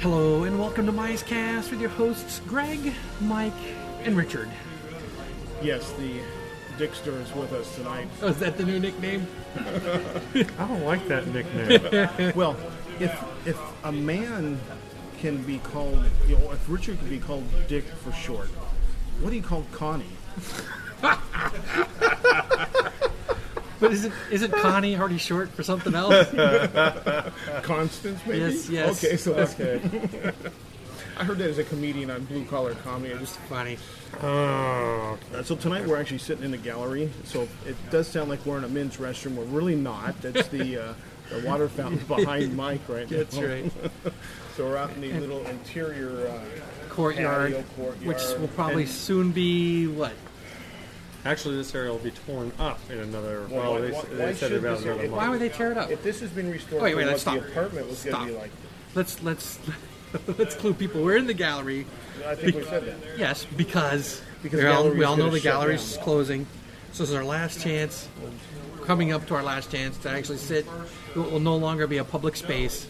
Hello and welcome to Mice Cast with your hosts Greg, Mike, and Richard. Yes, the Dickster is with us tonight. Oh, is that the new nickname? I don't like that nickname. Well, if if a man can be called, you know, if Richard can be called Dick for short, what do you call Connie? But isn't isn't Connie already short for something else? Constance, maybe. Yes, yes. Okay, so that's okay. I heard that as a comedian on blue collar comedy. I just, Connie. oh, uh, so tonight we're actually sitting in the gallery. So it does sound like we're in a men's restroom. We're really not. That's the uh, the water fountain behind Mike right That's now. right. So we're out in the little interior. Uh, Courtyard, Patio courtyard. which will probably And- soon be what? actually, this area will be torn up in another. Well, Well, why- they, why- they why said should about this another area- month. Why would they tear it up? Oh, If this has been restored, Wait, wait, from let's what the stop. apartment was going to be like, Let's let's let's clue people. We're in the gallery. I think we said that. Yes, because, Because we all, we gallery's all know gonna the shut gallery's down. closing. So this is our last chance, coming up to our last chance to actually sit. It will no longer be a public space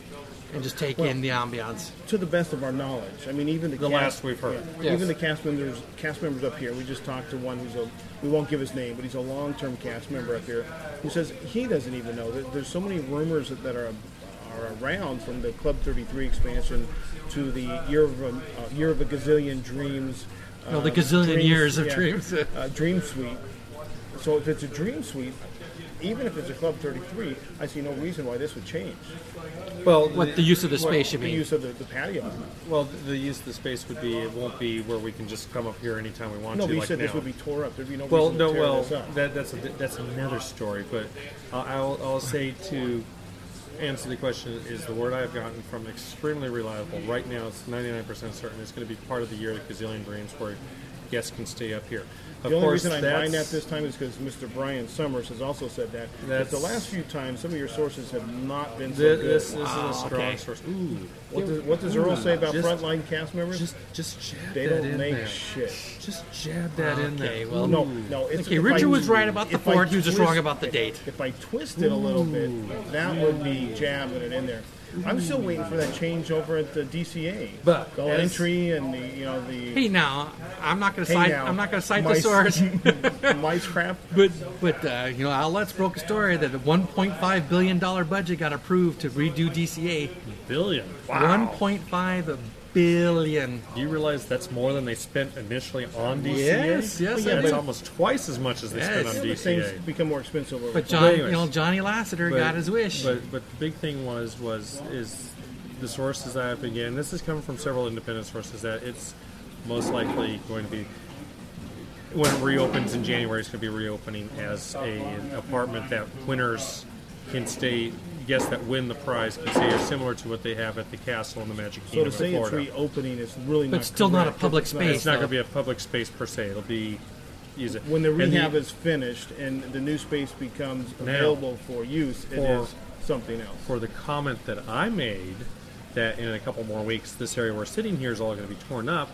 and just take in the ambiance. To the best of our knowledge, I mean, even the, The cast, last we've heard. Yes. even the cast members, cast members up here. We just talked to one who's a, we won't give his name, but he's a long-term cast member up here, who says he doesn't even know that there's so many rumors that, that are are around from the Club 33 expansion to the year of a, uh, year of a gazillion dreams. No, Oh, the uh, gazillion years of dreams. uh, dream suite. So if it's a dream suite, even if it's a Club 33, I see no reason why this would change. Well, What the use of the space, you The mean? use of the, the patio. Well, the use of the space would be it won't be where we can just come up here anytime we want No, to. but you like said now. this would be tore up. There'd be no Well, reason no, to tear well, this up. that, that's a, that's another story. But uh, I'll, I'll say to answer the question is the word I've gotten from extremely reliable. Right now, it's 99% certain it's going to be part of the year of the Gazillion Dreams where guests can stay up here. the Of only course, reason I that's, mind that this time is because Mr. Brian Summers has also said that. That That's- the last few times, some of your sources have not been so thi- good. Ah. this isn't a strong okay. source. Ah, Ooh, what, does, what does Earl say about Just- frontline cast members? just just jab they that don't in make there. shit. Just jab that in Okay, there. well, No, no. It's, Okay, if Richard I- was right about the if I Ford, he was just twist- wrong about the date. If I twist it a little bit, that would be jabbing it in there. I'm still waiting for that change over at the DCA. But the as- entry and the you know the Hey, now I'm not going to Hey cite. now, I'm not going to cite the mice. source. mice crap. But but uh, you know, outlets broke a story that a 1.5 billion dollar budget got approved to redo DCA. billion. 1.5 billion. Do you realize that's more than they spent initially on DCA? Yes, yes, I That's do. almost twice as much as they spent Yes. on Yeah, Things DCA. become more expensive over But time. John, you anyways. know, Johnny Lasseter got his wish. But but the big thing was was is the sources that I've been getting. This is coming from several independent sources that it's most likely going to be when it reopens in January. It's going to be reopening as a an apartment that winners can stay. Guests that win the prize can stay, are similar to what they have at the castle in the Magic So Kingdom to say in it's Florida. reopening is really not. But still not a correct. public It's not- space. it's not going so- to be a public space per se. It'll be use it When the And rehab is finished and the new space becomes available for use, it For- is something else. for the comment that I made that in a couple more weeks, this area we're sitting here is all going to be torn up.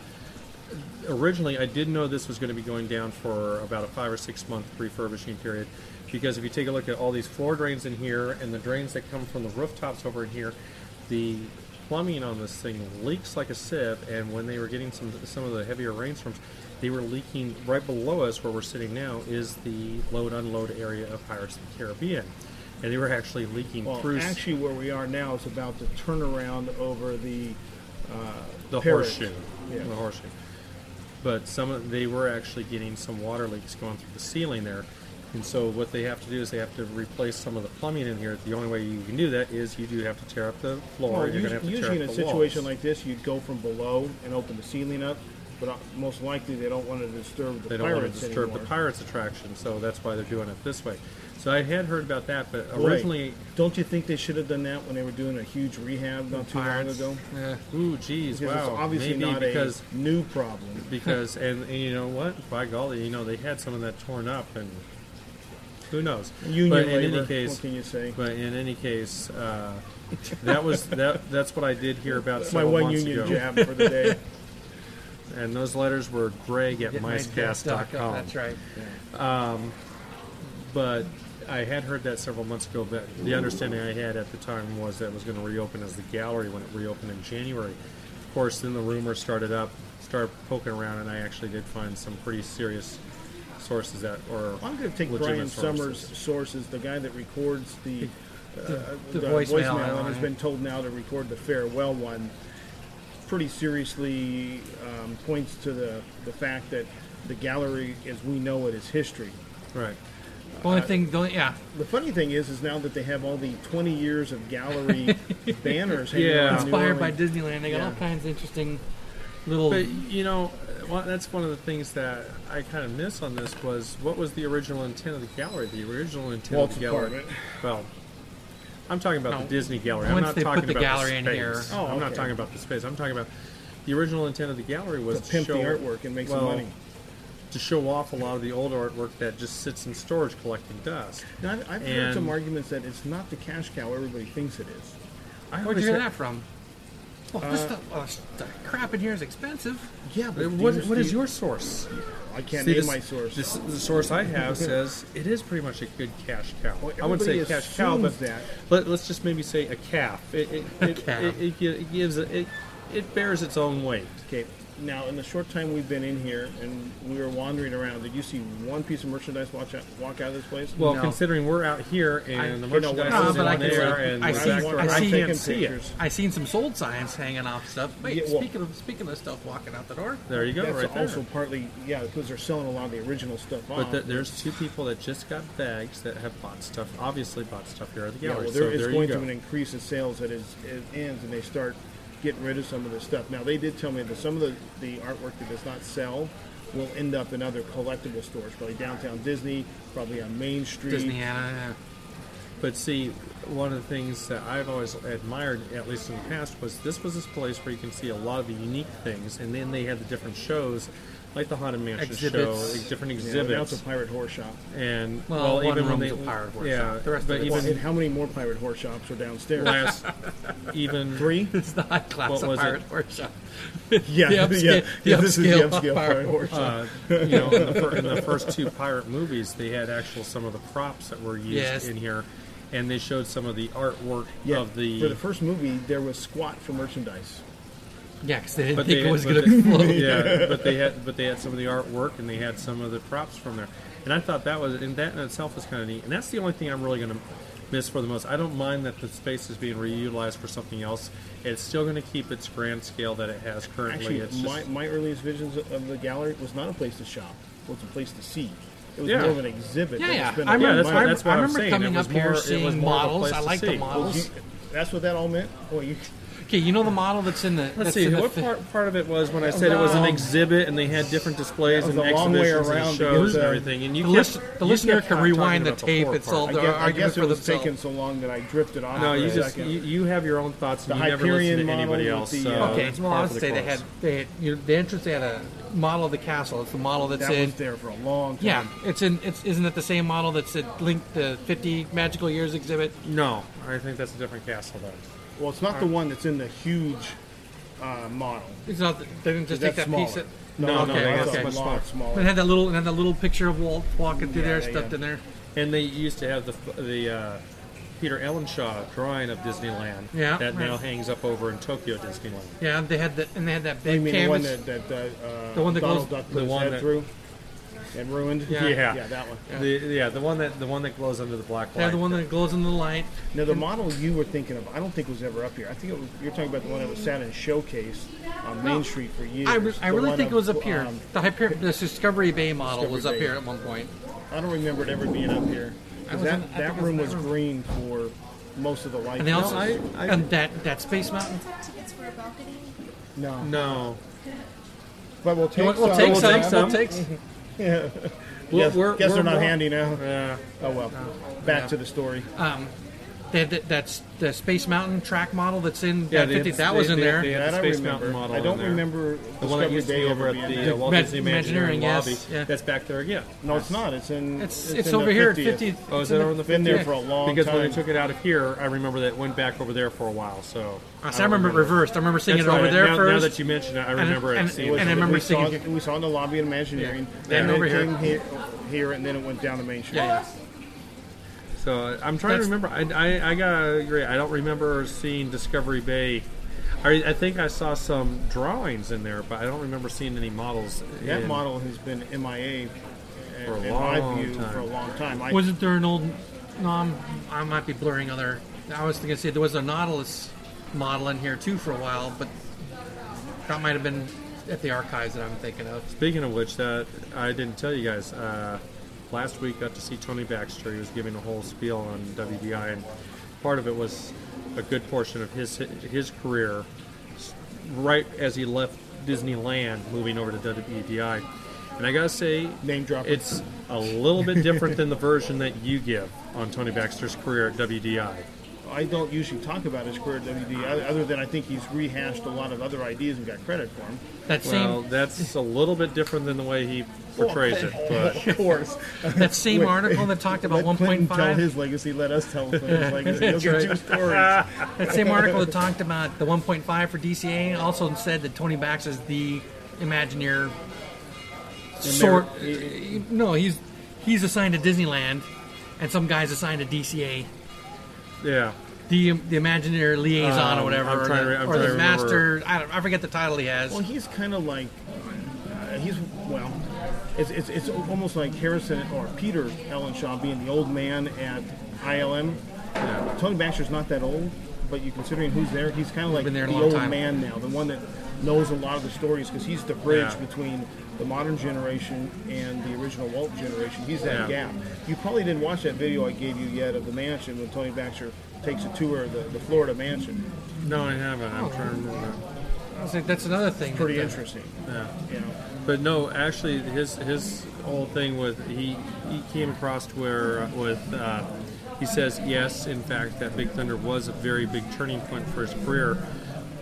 Originally, I did know this was going to be going down for about a five or six month refurbishing period because if you take a look at all these floor drains in here and the drains that come from the rooftops over in here, the plumbing on this thing leaks like a sieve. And when they were getting some some of the heavier rainstorms, they were leaking right below us where we're sitting now is the load unload area of Pirates of the Caribbean. And they were actually leaking Well, through s- actually, where we are now is about to turn around over the uh, the Parrot. horseshoe. Yeah. The horseshoe. But some of, they were actually getting some water leaks going through the ceiling there. And so what they have to do is they have to replace some of the plumbing in here. The only way you can do that is you do have to tear up the floor. Well, you're usu- going to have to tear usually in up a the situation walls. like this, you'd go from below and open the ceiling up, but uh, most likely they don't want to disturb the they don't pirates want to disturb anymore. the pirates attraction, so that's why they're doing it this way. So I had heard about that, but Right. originally, don't you think they should have done that when they were doing a huge rehab not too long Pirates. ago? Yeah. ooh, geez, Because wow, it's obviously maybe not because a new problem. because and, and you know what by golly you know they had some of that torn up and who knows Union but in labor, any case what can you say? but in any case uh, that was that that's what i did hear about My several one months union ago jab for the day. and those letters were greg at Get my desk doc up, micecast.com That's right. but I had heard that several months ago, but the understanding I had at the time was that it was going to reopen as the gallery when it reopened in January. Of course, then the rumor started up, started poking around, and I actually did find some pretty serious sources that or I'm going to take legitimate Brian Summers' sources. sources, the guy that records the, uh, the voicemail and on has it. been told now to record the farewell one. Pretty seriously um, points to the the fact that the gallery, as we know it, is history. Right. The only thing, the only, yeah, The funny thing is, is now that they have all the 20 years of gallery banners hanging Yeah. around New inspired by Orleans. Disneyland. They got Yeah. all kinds of interesting little. But you know, one- that's one of the things that I kind of miss on this was what was the original intent of the gallery? The original intent of Walt's the gallery. apartment. Well, I'm talking about No. the Disney gallery. I'm Once not they put talking the about gallery the in space. here. Oh, Oh, I'm not okay. talking about the space. I'm talking about the original intent of the gallery was To pimp the show, artwork and make some well, money. To show off a lot of the old artwork that just sits in storage collecting dust. Now, I've, I've heard some And- arguments that it's not the cash cow everybody thinks it is. I Where'd always you hear had- that from? Well, this stuff, oh, the crap in here is expensive. Yeah, but What, do you- what do is you- your source? I can't See, name this- my source. this- the source I have says it is pretty much a good cash cow. Well, I wouldn't say everybody cash cow, assumes but that. Let, us just maybe say a calf. It, it, it, calf. it, it, gi- it gives a, it, it bears its own weight. Okay, now in the short time we've been in here and we were wandering around, did you see one piece of merchandise watch out, walk out of this place? Well, No. considering we're out here and the you know, when merchandise I is was- No, but I in can there, see- and I the see- back door- I see- can't see it. pictures. I seen some sold signs hanging off stuff. Wait, Yeah, well- speaking of speaking of stuff walking out the door, There you go, That's right there. also partly, yeah, because they're selling a lot of the original stuff off. but th- there's two people that just got bags that have bought stuff. Obviously, bought stuff here at the yeah, gallery. well, there so is there going you to go. be an increase in sales that is it ends and they start getting rid of some of this stuff. Now they did tell me that some of the, the artwork that does not sell will end up in other collectible stores, probably downtown Disney, probably on Main Street. Disney. Uh, But see, one of the things that I've always admired, at least in the past, was this was this place where you can see a lot of the unique things, and then they had the different shows, like the Haunted Mansion show, Exhibits. like different You know, now it's a exhibits, pirate horse shop. and Well, well, one even when room's they a pirate workshop. yeah, The rest but of it's- Well, and even how many more pirate horse shops are downstairs? last, even Three? it's the high class What of was it? pirate workshop. Yeah, The upscale- yeah, the yeah, This is the upscale pirate upscale pirate horse shop. uh, you know, in the, fir- in the first two pirate movies, they had actual some of the props that were used Yes. in here, and they showed some of the artwork Yeah, of the for the first movie, there was squat for merchandise. Yeah, because they didn't But think they- it was but going to they- explode. yeah, but they had but they had some of the artwork and they had some of the props from there, and I thought that was and that in itself was kind of neat. And that's the only thing I'm really going to miss for the most. I don't mind that the space is being reutilized for something else. It's still going to keep its grand scale that it has currently. Actually, it's my, just, my earliest visions of the gallery was not a place to shop. It was a place to see. It was Yeah. more of an exhibit. Yeah, that yeah. was been I remember, Yeah, that's what- I, that's what I I'm remember saying. It coming was up here more- it was seeing more of a models. place I to like see. the Well, models. You- that's what that all meant. Boy, you, okay, you know the model that's in the. Let's that's see in the what fi- part, part of it was when I said it was an Um, exhibit and they had different displays That was and a long way exhibitions around and to shows get and the- everything. And you The kept- list- the you listener kept can talking rewind about the the tape. four It's part. all I Their guess, I argument guess for it was themselves. taken so long that I drifted off. No, for you a just second. you, you have your own thoughts and The you never listen Hyperion to model anybody with else. the, so uh, Okay, it's well, I par would for the say they had course. they had you know, the entrance. They had a model of the castle. It's the model that's that in. was there for a long time. Yeah, it's in. It's isn't it the same model that's at linked the 50 magical years exhibit? No, I think that's a different castle though. Well, it's not the one that's in the huge uh, model. It's not. They didn't just take That's that smaller. piece. That, No, no, okay, that's okay. a Much lot it smaller. had that little. It had that little picture of Walt walking through Yeah, there yeah, stuffed yeah. in there. And they used to have the the uh, Peter Ellenshaw drawing of Disneyland Yeah, that now right. hangs up over in Tokyo Disneyland. Yeah, they had the and they had that You big mean the one canvas. that, that uh, The one that Donald goes- Duck the put his one head that- through and ruined? Yeah. Yeah. yeah, that one. Yeah. The, yeah, the one that the one that glows under the black they light. had the one that glows in the light. Now the model you were thinking of, I don't think was ever up here. I think it was, you're talking about the one that was sat in showcase on Main No. Street for years. I, re- I The really one think it was of, up here. um, the Hyper- the Discovery Bay model was up Discovery Bay. here at one point. I don't remember it ever being up here. I 'Cause was in- I that, think that it was room in was that room. green for most of the life. And they also I- I- and that that Space Mountain. It's not tickets for a balcony. no, no, but we'll take We'll, we'll some. take we'll some. take some. We'll take some. We're- Guess, we're- guess we're they're not more- handy now. Yeah, Oh well. Back Yeah. to the story. They had that, that's the Space Mountain track model that's in Yeah, that they 50. had- That they- was in they- there. they had- Yeah, the that I Space remember. Mountain model I don't in there. remember the one that Discovery used to be Day over ever at being the uh, there. Walt Ma- Disney Imagineering, Imagineering yes, lobby. yeah. That's back there again. No, it's not. It's in. it's in it's the over here at 50th. 50. Oh, is that over in the Been there 50th? for a long because when time. they took it out of here, I remember that it went back over there for a while. So Uh, so I remember it reversed. I remember seeing That's it over right. there now, first. now that you mention it, I remember it. and- seeing It was- and I remember we saw, seeing- it- we saw it in the lobby at Imagineering. Yeah. Then and over it here. came here, here, and then it went down to Main Street. yeah, yeah. So I'm trying That's- to remember. I, I, I gotta agree. I don't remember seeing Discovery Bay. I, I think I saw some drawings in there, but I don't remember seeing any models. That in- model has been MIA For a uh, in my long view time. for a long time. I, Wasn't there an old? No, I'm, I might be blurring other. I was gonna say there was a Nautilus model in here too for a while, but that might have been at the archives that I'm thinking of. Speaking of which, that I didn't tell you guys. Uh, last week, got to see Tony Baxter. He was giving a whole spiel on WDI, and part of it was a good portion of his his career, s- right as he left Disneyland, moving over to WDI. And I gotta say, Name dropping. It's a little bit different than the version that you give on Tony Baxter's career at WDI. I don't usually talk about his career at WD, other- other than I think he's rehashed a lot of other ideas and got credit for them. That same Well, that's a little bit different than the way he portrays it, but. of course. that same article that talked about let Clinton 1.5. tell his legacy. Let us tell Clinton's legacy. You'll get That's two right. stories. That same article that talked about the 1.5 for DCA also said that Tony Bax is the Imagineer sort. No, he's he's assigned to Disneyland, and some guy's assigned to DCA. Yeah, The the Imagineer liaison Um, or whatever, I'm or trying to the, re- I'm or trying the to remember. master. I don't. I forget the title he has. Well, he's kind of like uh, he's well. It's, it's, it's almost like Harrison or Peter Ellenshaw being the old man at ILM. yeah. Tony Baxter's not that old, but you considering who's there, he's kind of like been there a the long old time. man now, the one that knows a lot of the stories because he's the bridge Yeah. between the modern generation and the original Walt generation. He's that Yeah. gap. You probably didn't watch that video I gave you yet of the mansion when Tony Baxter takes a tour of the, the Florida mansion. No, I haven't. I'm trying to remember. I was like, that's another thing. Pretty that the- interesting. Yeah. You know, But no, actually, his his whole thing with he he came across where with uh, he says yes, in fact, that Big Thunder was a very big turning point for his career,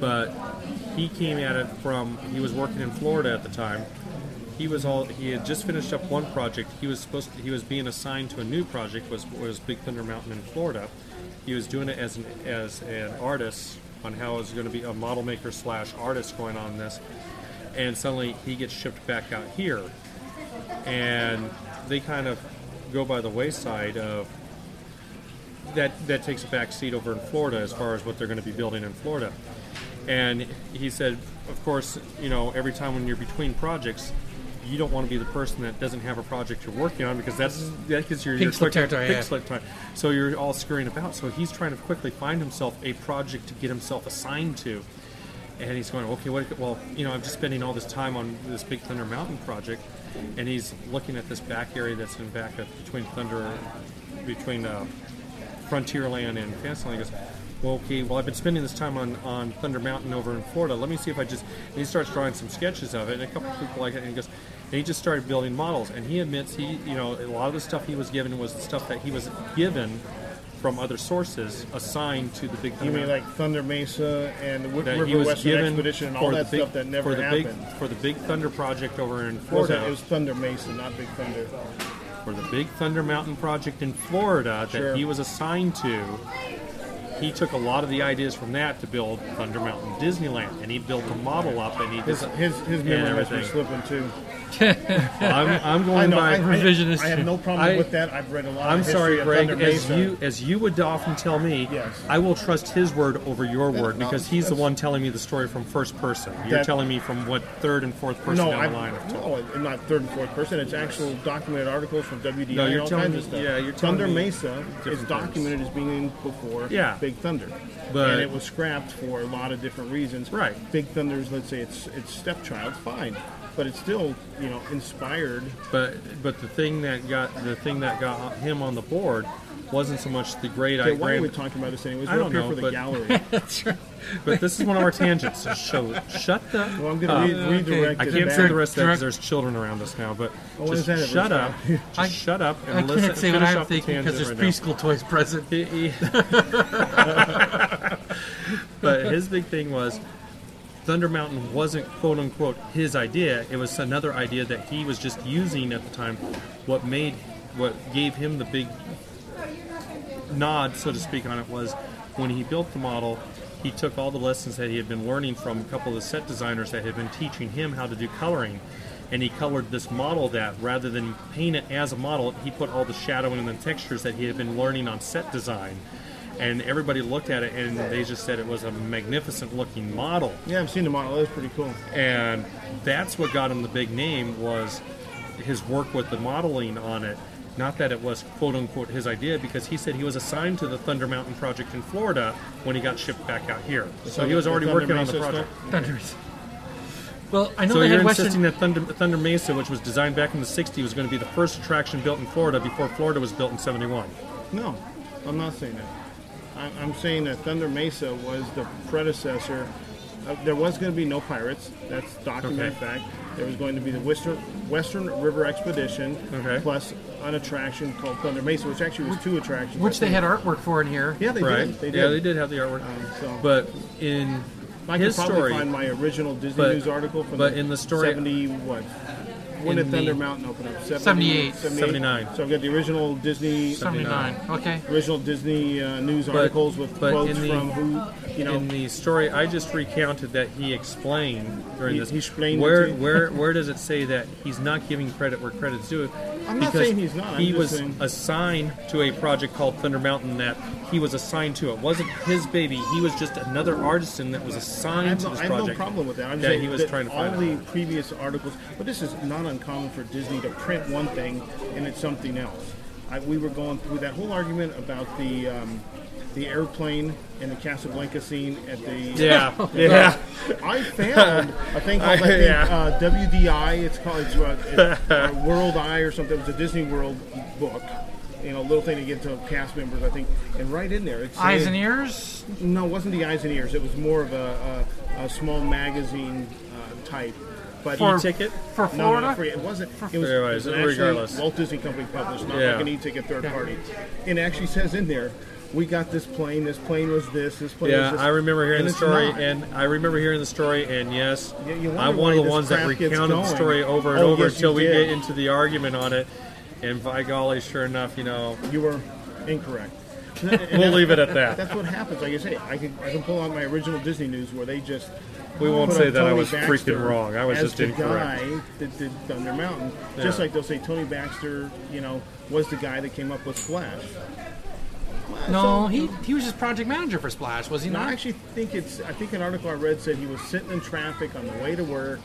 but he came at it from he was working in Florida at the time. He was all he had just finished up one project. He was supposed to, he was being assigned to a new project was was Big Thunder Mountain in Florida. He was doing it as an as an artist on how it was going to be a model maker slash artist going on this and suddenly he gets shipped back out here and they kind of go by the wayside of that that takes a back seat over in Florida as far as what they're going to be building in Florida and he said of course you know every time when you're between projects you don't want to be the person that doesn't have a project you're working on because that's that gets your, Mm-hmm. Pink your slip quick- territory, pink yeah. slip time. So you're all scurrying about. So he's trying to quickly find himself a project to get himself assigned to and he's going, okay, what? Well, you know, I'm just spending all this time on this Big Thunder Mountain project, and he's looking at this back area that's in back of, between Thunder, between uh, Frontierland and Fantasyland. He goes, well, okay, well, I've been spending this time on, on Thunder Mountain over in Florida. Let me see if I just. And he starts drawing some sketches of it, and a couple people like it, and he goes. And he just started building models, and he admits he, you know, a lot of the stuff he was given was the stuff that he was given from other sources assigned to the Big Thunder you mean Mountain like Thunder Mesa and the Wi- that River he was Western given Expedition and for all the that big, stuff that never for the happened? big for the Big Thunder project over in What was Florida. that? It was Thunder Mesa, not Big Thunder. for the Big Thunder Mountain project in Florida Sure. that he was assigned to. He took a lot of the ideas from that to build Thunder Mountain Disneyland, and he built a model up. And he His just, his, his memory must be everything. slipping too. I'm, I'm going I know. by. I, I, Revisionist. I have no problem I- with that. I've read a lot. I'm of sorry, history of Greg. Thunder As Mesa. you as you would often tell me, Yes. I will trust his word over your word no, because he's the that's- one telling me the story from first person. You're That- telling me from what third and fourth person no, down I'm, the line. I've told. no, I'm not third and fourth person. It's actual documented articles from WDI No, you're and all telling kinds me- of stuff. yeah, you're telling Thunder me Mesa different is things. documented as being before Yeah. Big Thunder, But- and it was scrapped for a lot of different reasons. Right. Big Thunder's, let's say, it's it's stepchild, fine, but it's still you know inspired. But but the thing that got the thing that got him on the board wasn't so much the great Okay, idea. why are we talking about this anyways? I We're don't up here know, for the but- gallery. That's right. but this is one of our tangents. So show, shut the. Well, I'm going to up. re- redirect I it can't back. say the rest Direct- of that because there's children around us now. But Oh, what just is that? It shut was- up, just I- shut up and I listen. can't say what finish I'm off the thinking because tangent there's right now. preschool toys present. He- he- but his big thing was Thunder Mountain wasn't quote unquote his idea. It was another idea that he was just using at the time. What made, what gave him the big nod, so to speak, on it was when he built the model. He took all the lessons that he had been learning from a couple of the set designers that had been teaching him how to do coloring, and he colored this model that rather than paint it as a model, he put all the shadowing and the textures that he had been learning on set design. And everybody looked at it and they just said it was a magnificent looking model. Yeah, I've seen the model. That's pretty cool. And that's what got him the big name was his work with the modeling on it. Not that it was quote unquote his idea, because he said he was assigned to the Thunder Mountain project in Florida when he got shipped back out here. So he was The already Thunder working on Mesa the stuff? project. Thunders. Well, I know So they you're had Western. insisting that Thunder, Thunder Mesa, which was designed back in the '60s, was going to be the first attraction built in Florida before Florida was built in '71. No, I'm not saying that. I'm, I'm saying that Thunder Mesa was the predecessor. Uh, there was going to be no pirates. That's documented Okay. fact. There was going to be the Western Western River Expedition, Okay. plus an attraction called Thunder Mesa, which actually was two attractions. Which they had artwork for in here. Yeah, they right? did. They did. Yeah, they did have the artwork. Um, so- But in I could his probably story, find my original Disney but- News article from but in the story- seventy what. When In did Thunder the- Mountain open up? 70, 78. 79. So I've got the original Disney 79. Okay. original Disney uh, news articles with but quotes in the- from who you know. in the story I just recounted that he explained during He- this. he explained it where to you? where where does it say that he's not giving credit where credit's due? I'm not because saying he's not, I'm He just was saying- assigned to a project called Thunder Mountain that he was assigned to. It wasn't his baby. He was just another artisan that was I assigned have, to no, this I have project. no problem with that. I'm just that saying he was that trying to all find out. the previous articles, but this is not uncommon for Disney to print one thing and it's something else. I, we were going through that whole argument about the um, the airplane and the Casablanca scene at the Yeah, yeah. I found a thing called I think, Yeah. uh, WDI. It's called it's, uh, it's, uh, World Eye or something. It was a Disney World book. You know, little thing to get to cast members, I think. And right in there, it's Eyes and ears. No, it wasn't the eyes and ears. It was more of a, a, a small magazine uh, type. But For- ticket for no, no, Florida. no, free. It wasn't. It was, Anyways, it was actually regardless. Walt Disney Company published, not Yeah. like an e-ticket third party. And it actually says in there, we got this plane. This plane was this. This plane was Yeah, this. I remember hearing And the it's story, not. and I remember hearing the story, and yes, Yeah, you wonder I'm why one of the this ones that crap gets recounted the going. story over and Oh, over yes, until you we did. get into the argument on it. And by golly, sure enough, you know, You were incorrect. we'll leave it at that. That's what happens. Like I say, I can I can pull out my original Disney news where they just We won't put say up that I Tony was freaking Baxter wrong. I was as just the incorrect. guy that did Thunder Mountain. Just Yeah. like they'll say Tony Baxter, you know, was the guy that came up with Splash. Well, No, so- he he was just project manager for Splash, was he No, not? I actually think it's. I think an article I read said he was sitting in traffic on the way to work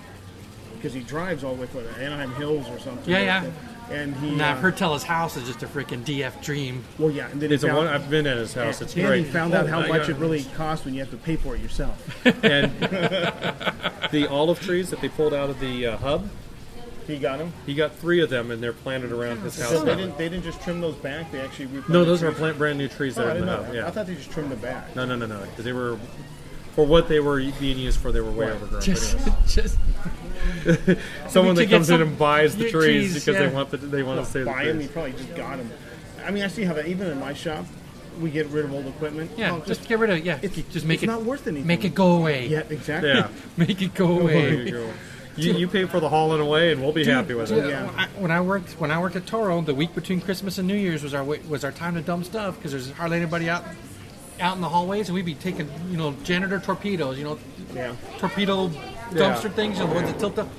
because he drives all the way from the Anaheim Hills or something. Yeah, yeah. And he. Nah, I've uh, heard tell his house is just a freaking DF dream. well, yeah. And then he It's a found- one, I've been at his house. It's and great. he found out Oh how my much God. it really costs when you have to pay for it yourself. And the olive trees that they pulled out of the uh, hub, He got them. he got three of them, and they're planted around his house. So they now. didn't. They didn't just trim those back. They actually replanted No, those are trees? plant brand new trees that Oh, are I in didn't the know. hub. that. Yeah. I thought they just trimmed the back. No, no, no, no, because they were. For what they were being used for, they were way overgrown. Just, Anyway. just Someone to that get comes in some- and buys the Yeah, trees trees, because they yeah. want the, they want to save the Buy them. You trees. probably just got them. I mean, I see how that. Even in my shop, we get rid of old equipment. yeah, Oh, just, get rid of it. Yeah, it's- just make it's it not worth anything. Make it go away. Yeah, exactly. Yeah. Make it go away. you, you pay for the haul and away, and we'll be happy with it. Yeah, Yeah. When, I, when I worked when I worked at Toro, the week between Christmas and New Year's was our wa- was our time to dump stuff because there's hardly anybody out out in the hallways, and we'd be taking you know janitor torpedoes, you know Yeah. torpedo Yeah. dumpster things, and ones that tilt up,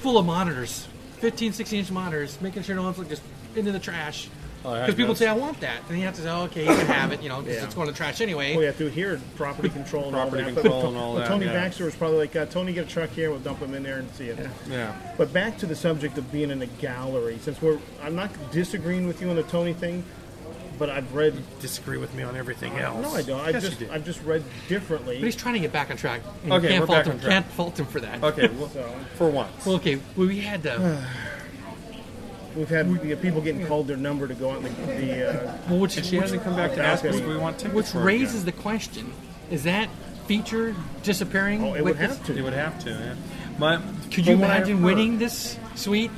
full of monitors, 15, 16 inch monitors, making sure no one's like just into the trash. Oh, I had Because people those. say I want that, and you have to say, oh, okay, you can have it, you know, because Yeah. it's going to trash anyway. Well, Oh, yeah, through here, property control and Property all that. control and all But that, Tony yeah. Baxter was probably like, uh, Tony, get a truck here. We'll dump them in there and see it. Yeah. But back to the subject of being in a gallery. Since we're, I'm not disagreeing with you on the Tony thing, but I've read. disagree with me on everything else. No, I don't. I've Yes, you just, do. I've just read differently. But he's trying to get back on track. and Okay, can't we're fault back him. on track. Can't fault him for that. Okay. Well, So for once. Well, okay, well, we had uh, to. we've had we get people getting called their number to go out in the. the uh, well, which and she hasn't come back to ask us if we want tickets. Which for it raises the question: Is that feature disappearing? oh, it would with have this? yet. It to. would have to. Yeah. My. Could from you what I've imagine heard- winning this suite?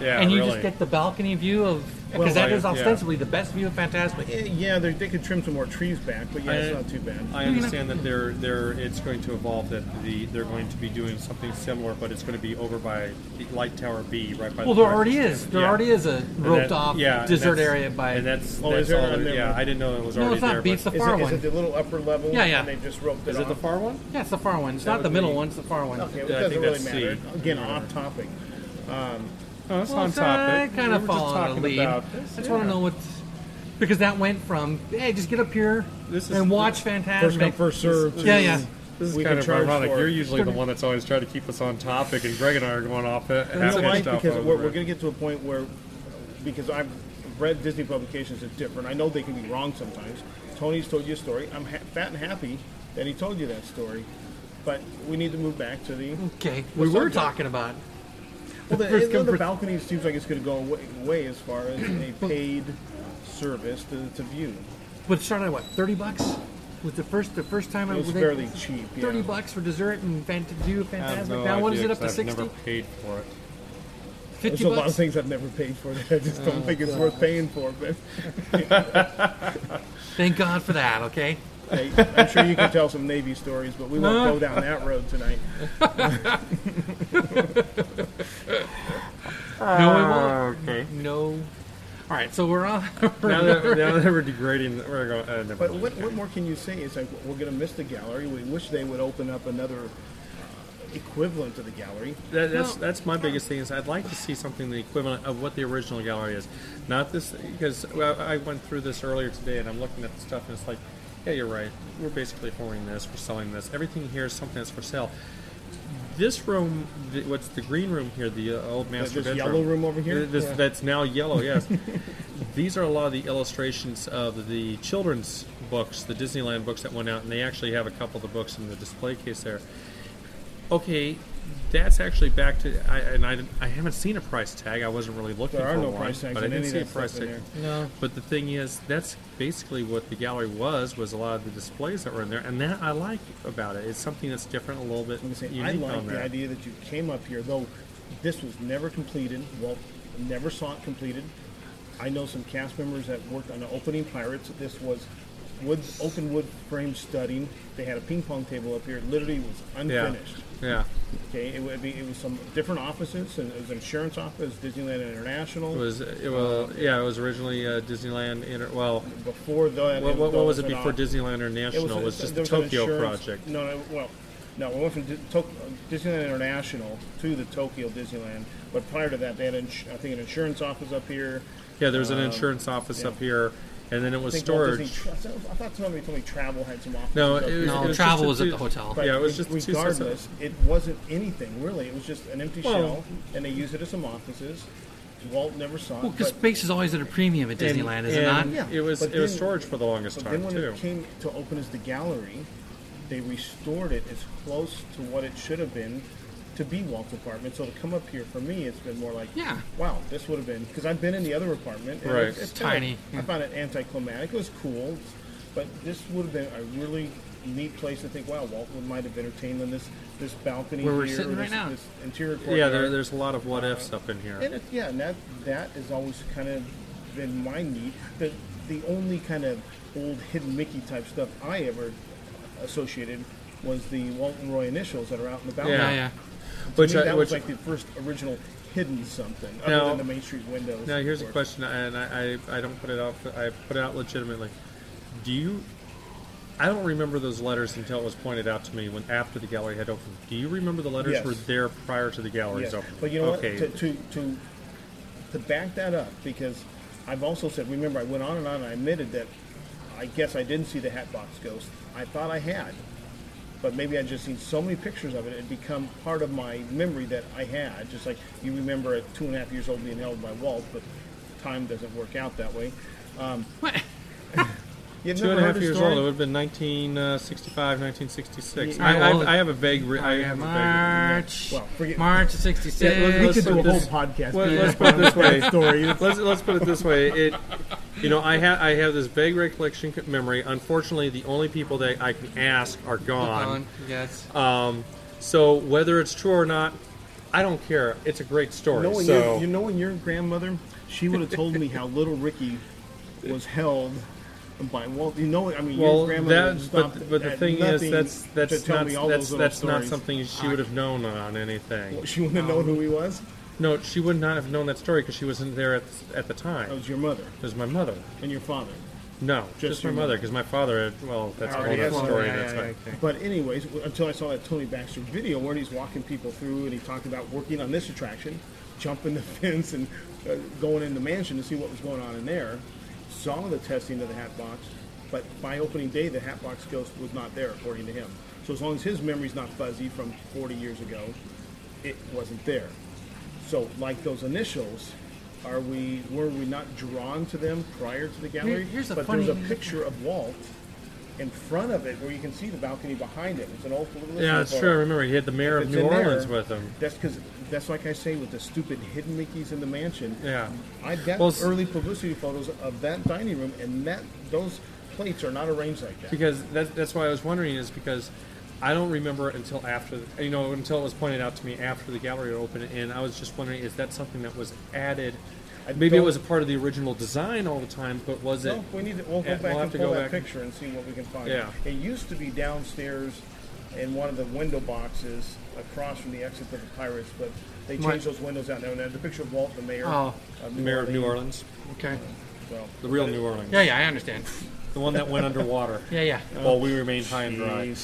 Yeah. and you really. just get the balcony view of Well, because that I- is yeah. ostensibly the best view of Fantasmic. Yeah, yeah they, they could trim some more trees back, but yeah, I- it's not too bad. I understand that they're they're it's going to evolve that the they're going to be doing something similar, but it's going to be over by the light tower B, right by. Well, the there director's already stand. is. There Yeah. already is a And roped that- off yeah, and dessert that's- area by. And that's, Oh, that's is there? all. I've there- never- Yeah, I didn't know it was no, already it's not there. beats the but- Is far it, is one. it the little upper level? Yeah, yeah. And they just roped it is it the on? far one? yeah, it's the far one. It's That not the would middle be- one. It's the far one. Okay, well, Yeah, I it doesn't think really that's matter. C. Again, off topic. Oh, that's Well, on so I topic. kind We of were fall just on a talking lead. about I this, just want to yeah. know what's because that went from hey, just get up here This is- and watch Fantastic. First come, first serve. Yeah, yeah. This is We kind can of charge ironic. for it. You're usually the one that's always trying to keep us on topic, and Greg and I are going off at And half you know why? stuff. Because over we're, it. we're going to get to a point where, because I've read Disney publications that's different. I know they can be wrong sometimes. Tony's told you a story. I'm ha- fat and happy that he told you that story, but we need to move back to the. Okay, we What's were up, Jack? talking about Well, the, First the, come, the first- balcony seems like it's going to go away, away as far as a paid service to, to view. But it started at what, thirty bucks? Was the first the first time I It was they- fairly cheap. Yeah. Thirty bucks for dessert and fan- view I have fantastic. no now what is idea it up to 'cause I've sixty? Never paid for it. Fifty There's a lot of bucks. things I've never paid for that I just don't think it's worth paying for. But Thank God for that. Okay. hey, I'm sure you can tell some Navy stories, but we won't go down that road tonight. no, we won't. Uh, okay. No. All right, so we're on. now, that, now that we're degrading, we're going. Uh, never But mind. what, what more can you say? It's like we're going to miss the gallery. We wish they would open up another uh, equivalent to the gallery. That, that's No. that's my biggest thing is I'd like to see something the equivalent of what the original gallery is, not this because well, I went through this earlier today and I'm looking at the stuff and it's like, yeah, you're right. We're basically hoarding this. We're selling this. Everything here is something that's for sale. This room, the, what's the green room here? The uh, old master this bedroom. yellow room over here? Uh, This, That's now yellow. Yes. These are a lot of the illustrations of the children's books, the Disneyland books that went out, and they actually have a couple of the books in the display case there okay, that's actually back to I, and I, didn't- I haven't seen a price tag. I wasn't really looking There for are no one, price tags but I on didn't any of see a that price stuff in tag. no. But the thing is, that's basically what the gallery was was a lot of the displays that were in there, and that I like about it. It's something that's different, a little bit I'm gonna say, unique I on like the that. idea that you came up here, though this was never completed. Well, never saw it completed. I know some cast members that worked on the opening pirates. This was wood, open wood frame studding. They had a ping pong table up here. It literally was Yeah, unfinished. yeah. Okay, it would be it was some different offices, and it was an insurance office, Disneyland International. It was it well, yeah. It was originally uh, Disneyland. Inter- well, before that, what, what, what was it an before off- Disneyland International? It was, just there the was an Tokyo insurance- project. No, no, well, no, we went from Di- Tok- Disneyland International to the Tokyo Disneyland, but prior to that, they had, ins- I think, an insurance office up here. Yeah, there was an insurance office um, yeah. up here, and then it I was think Walt Disney storage. Tra- I thought- I thought somebody told me Travel had some offices. No, up it here. was, No, it was travel just was at two- the hotel. But Yeah, it was just the two sets of- regardless. It wasn't anything really. It was just an empty Well- shell, and they used it as some offices. Walt never saw it. Well, because but- space is always at a premium at And- Disneyland, is it not? and Yeah, It was but it was then- storage for the longest But time then when too. it came to open as the gallery, they restored it as close to what it should have been to be Walt's apartment. So to come up here for me, it's been more like, Yeah. wow, this would have been because I've been in the other apartment. and Right. it's, It's kinda- tiny, yeah. I found it anticlimactic. It was cool, but this would have been a really neat place to think. Wow, Walt might have entertained on this this balcony Where here, we're sitting or right this, now. this interior courtyard. yeah, there, there's a lot of what ifs up in here. And it, yeah, and that that has always kind of been my need. The the only kind of old hidden Mickey type stuff I ever associated was the Walt and Roy initials that are out in the balcony. yeah, Yeah. yeah. To Which me, I- that which was like the first original hidden something other Now- than the Main Street windows. now here's a Or- question, and I, I, I don't put it out. I put it out legitimately. Do you? I don't remember those letters until it was pointed out to me when after the gallery had opened. Do you remember the letters Yes. were there prior to the gallery's Yes. opening? But you know okay. what? To, to to to back that up because I've also said. Remember, I went on and on. and I admitted that I guess I didn't see the Hatbox Ghost. I thought I had, but maybe I'd just seen so many pictures of it. It become part of my memory that I had. Just like you remember at two and a half years old being held by Walt, but time doesn't work out that way. Um, What? You've Two never and a heard half the years story? old. It would have been uh, 1965, 1966. Yeah. I, I, Well, I have a vague. Re- I Yeah, have a vague. March. Well, forget- March of '66. Yeah, We let's could put do a whole this- podcast. Well, being let's put it this way. that story. let's let's put it this way. It, you know, I have I have this vague recollection c- memory. Unfortunately, the only people that I can ask are gone. On. Uh, Yes. So whether it's true or not, I don't care. It's a great story. Knowing so your, you knowing your grandmother, she would have told me how little Ricky was held by Walt. You know, I mean, well, your grandmother that stopped but but the at thing is nothing that's to that's tell not me all those that's little that's not stories. something Um, she would have known on anything. She wouldn't have known who he was. No, she would not have known that story because she wasn't there at at the time. That was your mother It was my mother. and your father. No, just, my your mother mother. because my father. Had, well, that's a whole Already other has one. story. Oh, Yeah, that's yeah, fine. But anyways, w- until I saw that Tony Baxter video where he's walking people through and he talked about working on this attraction, jumping the fence and uh, going in the mansion to see what was going on in there. Saw the testing of the hat box, but by opening day, the hat box ghost was not there, according to him. So as long as his memory's not fuzzy from 40 years ago, it wasn't there. So, like those initials, are we were we not drawn to them prior to the gallery? here's a but funny- there's a picture of Walt in front of it where you can see the balcony behind it. It's an old Yeah, that's true. I remember he had the mayor of It's New in there. Orleans with him. That's because that's like I say with the stupid hidden Mickey's in the mansion. Yeah. I got Well, s- early publicity photos of that dining room, and that those plates are not arranged like that. Because that's, that's why I was wondering is because I don't remember it until after, the- you know, until it was pointed out to me after the gallery opened, and I was just wondering is that something that was added? I Maybe it don't- was a part of the original design all the time, but was it? No, we need to. We'll go Yeah, back we'll have and to pull go that back and- picture and see what we can find. Yeah. It used to be downstairs in one of the window boxes across from the exit of the Pirates, but they My- changed those windows out now. And there's a picture of Walt, the mayor. Oh. of the mayor of New Orleans, Okay. So, the real New Orleans, Yeah, yeah, I understand. the one that went underwater Yeah, yeah. while we remained high and dry.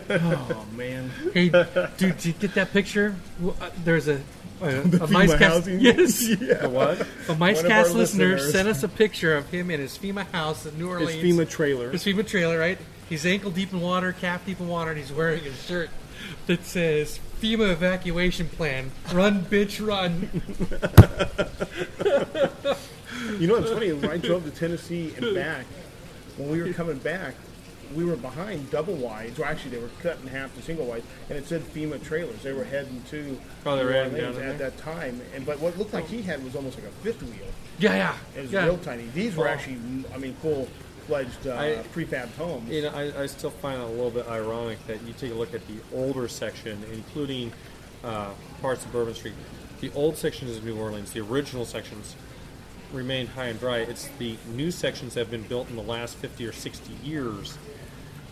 oh man. Hey, dude, did you get that picture? Well, uh, There's a a, a FEMA mice cast. housing? Yes, The what? a mice One of cast our listener listeners. sent us a picture of him in his FEMA house in New His Orleans. FEMA trailer. His FEMA trailer, right? He's ankle deep in water, calf deep in water, and he's wearing a shirt that says FEMA evacuation plan. Run, bitch, run. You know what's funny? When I drove to Tennessee and back, when we were coming back, we were behind double wides. Or actually, they were cut in half to single wides, and it said FEMA trailers. They were heading to Oh, they were New heading down Orleans in at that time. And but what looked like he had was almost like a fifth wheel. Yeah, yeah. It was yeah. real tiny. These were Oh. actually, I mean, full fledged uh, I- prefab homes. You know, I, I still find it a little bit ironic that you take a look at the older section, including uh, parts of Bourbon Street. The old sections of New Orleans, the original sections, remain high and dry. It's the new sections that have been built in the last 50 or 60 years.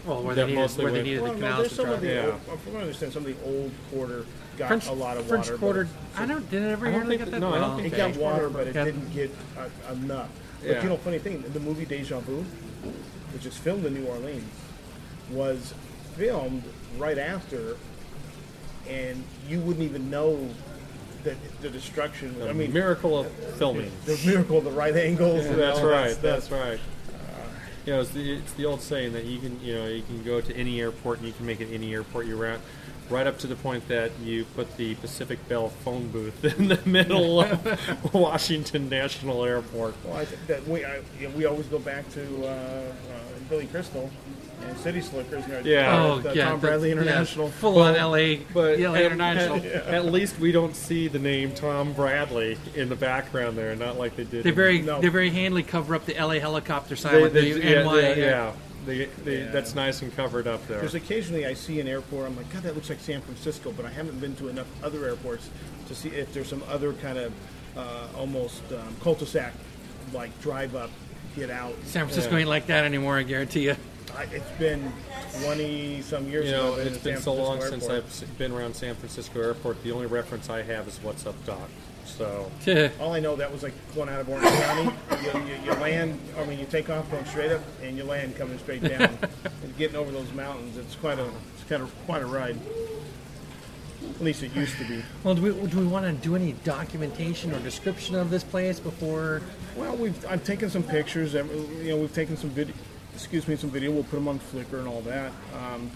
Well, where That they needed, mostly where they went- needed well, the no, canals there's to some drive. of the, Yeah. old, from what I understand, some of the old quarter got French, a lot of French water. but Quarter. it's- I don't. Did it ever I don't really get think that? that- no, I don't Well, think It okay. got water, but it Yeah. didn't get uh, enough. But Yeah. you know, funny thing, the movie Deja Vu, which is filmed in New Orleans, was filmed right after, and you wouldn't even know that the destruction. The I mean, miracle of filming. the miracle, the right angles. and that's all that right. stuff. That's right. You know, it's the, it's the old saying that you can, you know, you can go to any airport and you can make it any airport you're at, right up to the point that you put the Pacific Bell phone booth in the middle of Washington National Airport. Well, I think that we I, you know, we always go back to uh, uh, Billy Crystal and City Slickers. You know, Yeah. uh, Oh, the yeah, Tom Bradley the- yeah, International. full on LA, But LA at, International. at- at least we don't see the name Tom Bradley in the background there, not like they did. They in- very No. they very handily cover up the LA helicopter sign they, with they, the yeah, NY. yeah, yeah. They, they, Yeah. that's nice and covered up there. There's occasionally I see an airport. I'm like, God, that looks like San Francisco, but I haven't been to enough other airports to see if there's some other kind of uh, almost um, cul-de-sac, like drive up, get out. San Francisco Yeah. ain't like that anymore. I guarantee you. I, it's been 20 some years. You know, since I've it's been, been to San so long Francisco since airport. I've s- been around San Francisco Airport. The only reference I have is "What's Up, Doc." So All I know that was like going out of Orange County. You, you, you land, I mean, you take off going straight up, and you land coming straight down. and getting over those mountains, it's quite a, it's kind of quite a ride. At least it used to be. well, do we do we want to do any documentation or description of this place before? Well, we've I've taken some pictures. and, You know, we've taken some video. Excuse me, some video. We'll put them on Flickr and all that. Um,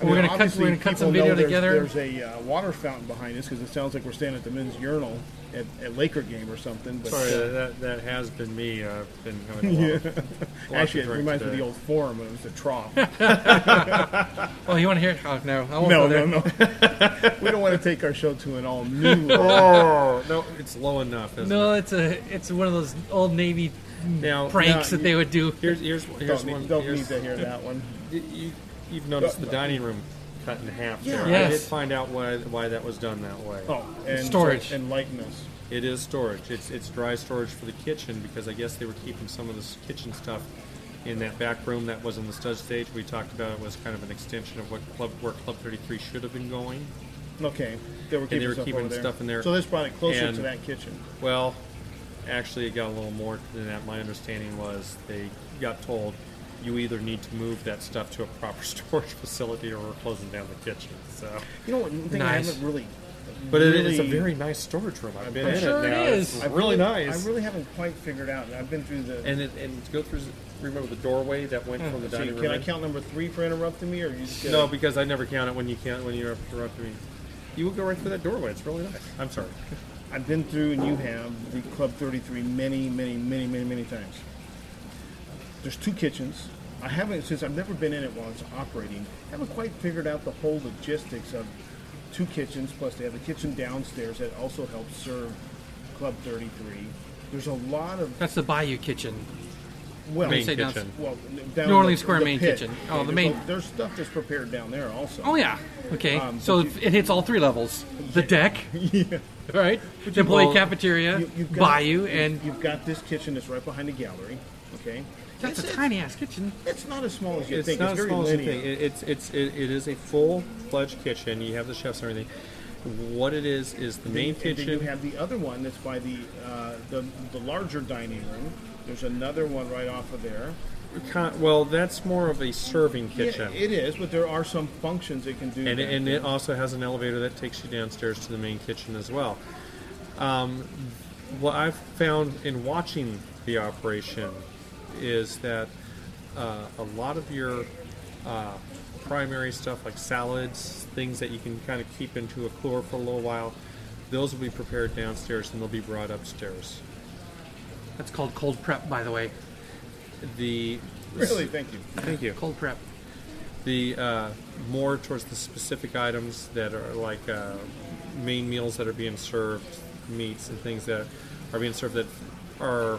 I We're mean, gonna cut- obviously we're gonna cut some people video know there's- together. There's a uh, water fountain behind us because it sounds like we're standing at the men's urinal at, at Laker game or something. But sorry, uh, that, that that has been me. I've been having a lot. of- a lot actually, it to drink reminds me today. of the old forum. It was a trough. Oh, you want to hear? Oh no, I won't no, go there. no, no. we don't want to take our show to an all new. level. Oh no, it's low enough. Isn't No, it? it's a it's one of those old Navy Oh, Now, pranks now, that they would do. here's here's here's don't need- one. don't here's, need to hear that one. You, you've noticed the dining room cut in half. there. I Yes. did find out why why that was done that way. Oh, and Storage. and lightness. It is storage. It's it's dry storage for the kitchen because I guess they were keeping some of this kitchen stuff in that back room that was in the stud stage. We talked about it was kind of an extension of what club where Club 33 should have been going. Okay, they were keeping, were stuff, keeping over there. stuff in there. So this brought it closer And- to that kitchen. Well, actually, it got a little more than that. My understanding was they got told you either need to move that stuff to a proper storage facility or we're closing down the kitchen. So You know what? One thing Nice. I haven't really But it- it's a really- very nice storage room. I've been I'm in sure it it now. is. It's really nice. I really haven't quite figured out. and I've been through the. and it, and to go through, remember the doorway that went from the so dining can room. I in? count number three for interrupting me, or you just No, because I never count it when you can't when you're interrupting me. You would go right through that doorway. It's really nice. I'm sorry. I've been through and you have the Club 33 many, many, many, many, many times. There's two kitchens. I haven't, since I've never been in it while it's operating, haven't quite figured out the whole logistics of two kitchens, plus they have a kitchen downstairs that also helps serve Club 33. There's a lot of, That's the Bayou Kitchen. well, Main say down- kitchen. well down New Orleans the- Square the main pit. kitchen. Oh, the There's main- a- There's stuff that's prepared down there also. Oh yeah. Okay. Um, so but it it hits all three levels: the deck, right? The well, employee cafeteria, You- you've got- Bayou, and You've got this kitchen that's right behind the gallery, okay? that's a It's- tiny ass kitchen. It's not as small as you it's think. not it's as very small as you linear. think. It, it's it's it, it is a full fledged kitchen. You have the chefs and everything. What it is is the main and kitchen. Then you have the other one that's by the, uh, the the larger dining room. There's another one right off of there. Con- well, that's more of a serving Yeah, kitchen. it is, but there are some functions it can do. back and, it, and it there. also has an elevator that takes you downstairs to the main kitchen as well. Um, what I've found in watching the operation is that uh, a lot of your uh, primary stuff, like salads, things that you can kind of keep into a cooler for a little while, those will be prepared downstairs and they'll be brought upstairs. That's called cold prep, by the way. The really, thank you. thank you. Cold prep. the uh, more towards the specific items that are like uh, main meals that are being served, meats and things that are being served that are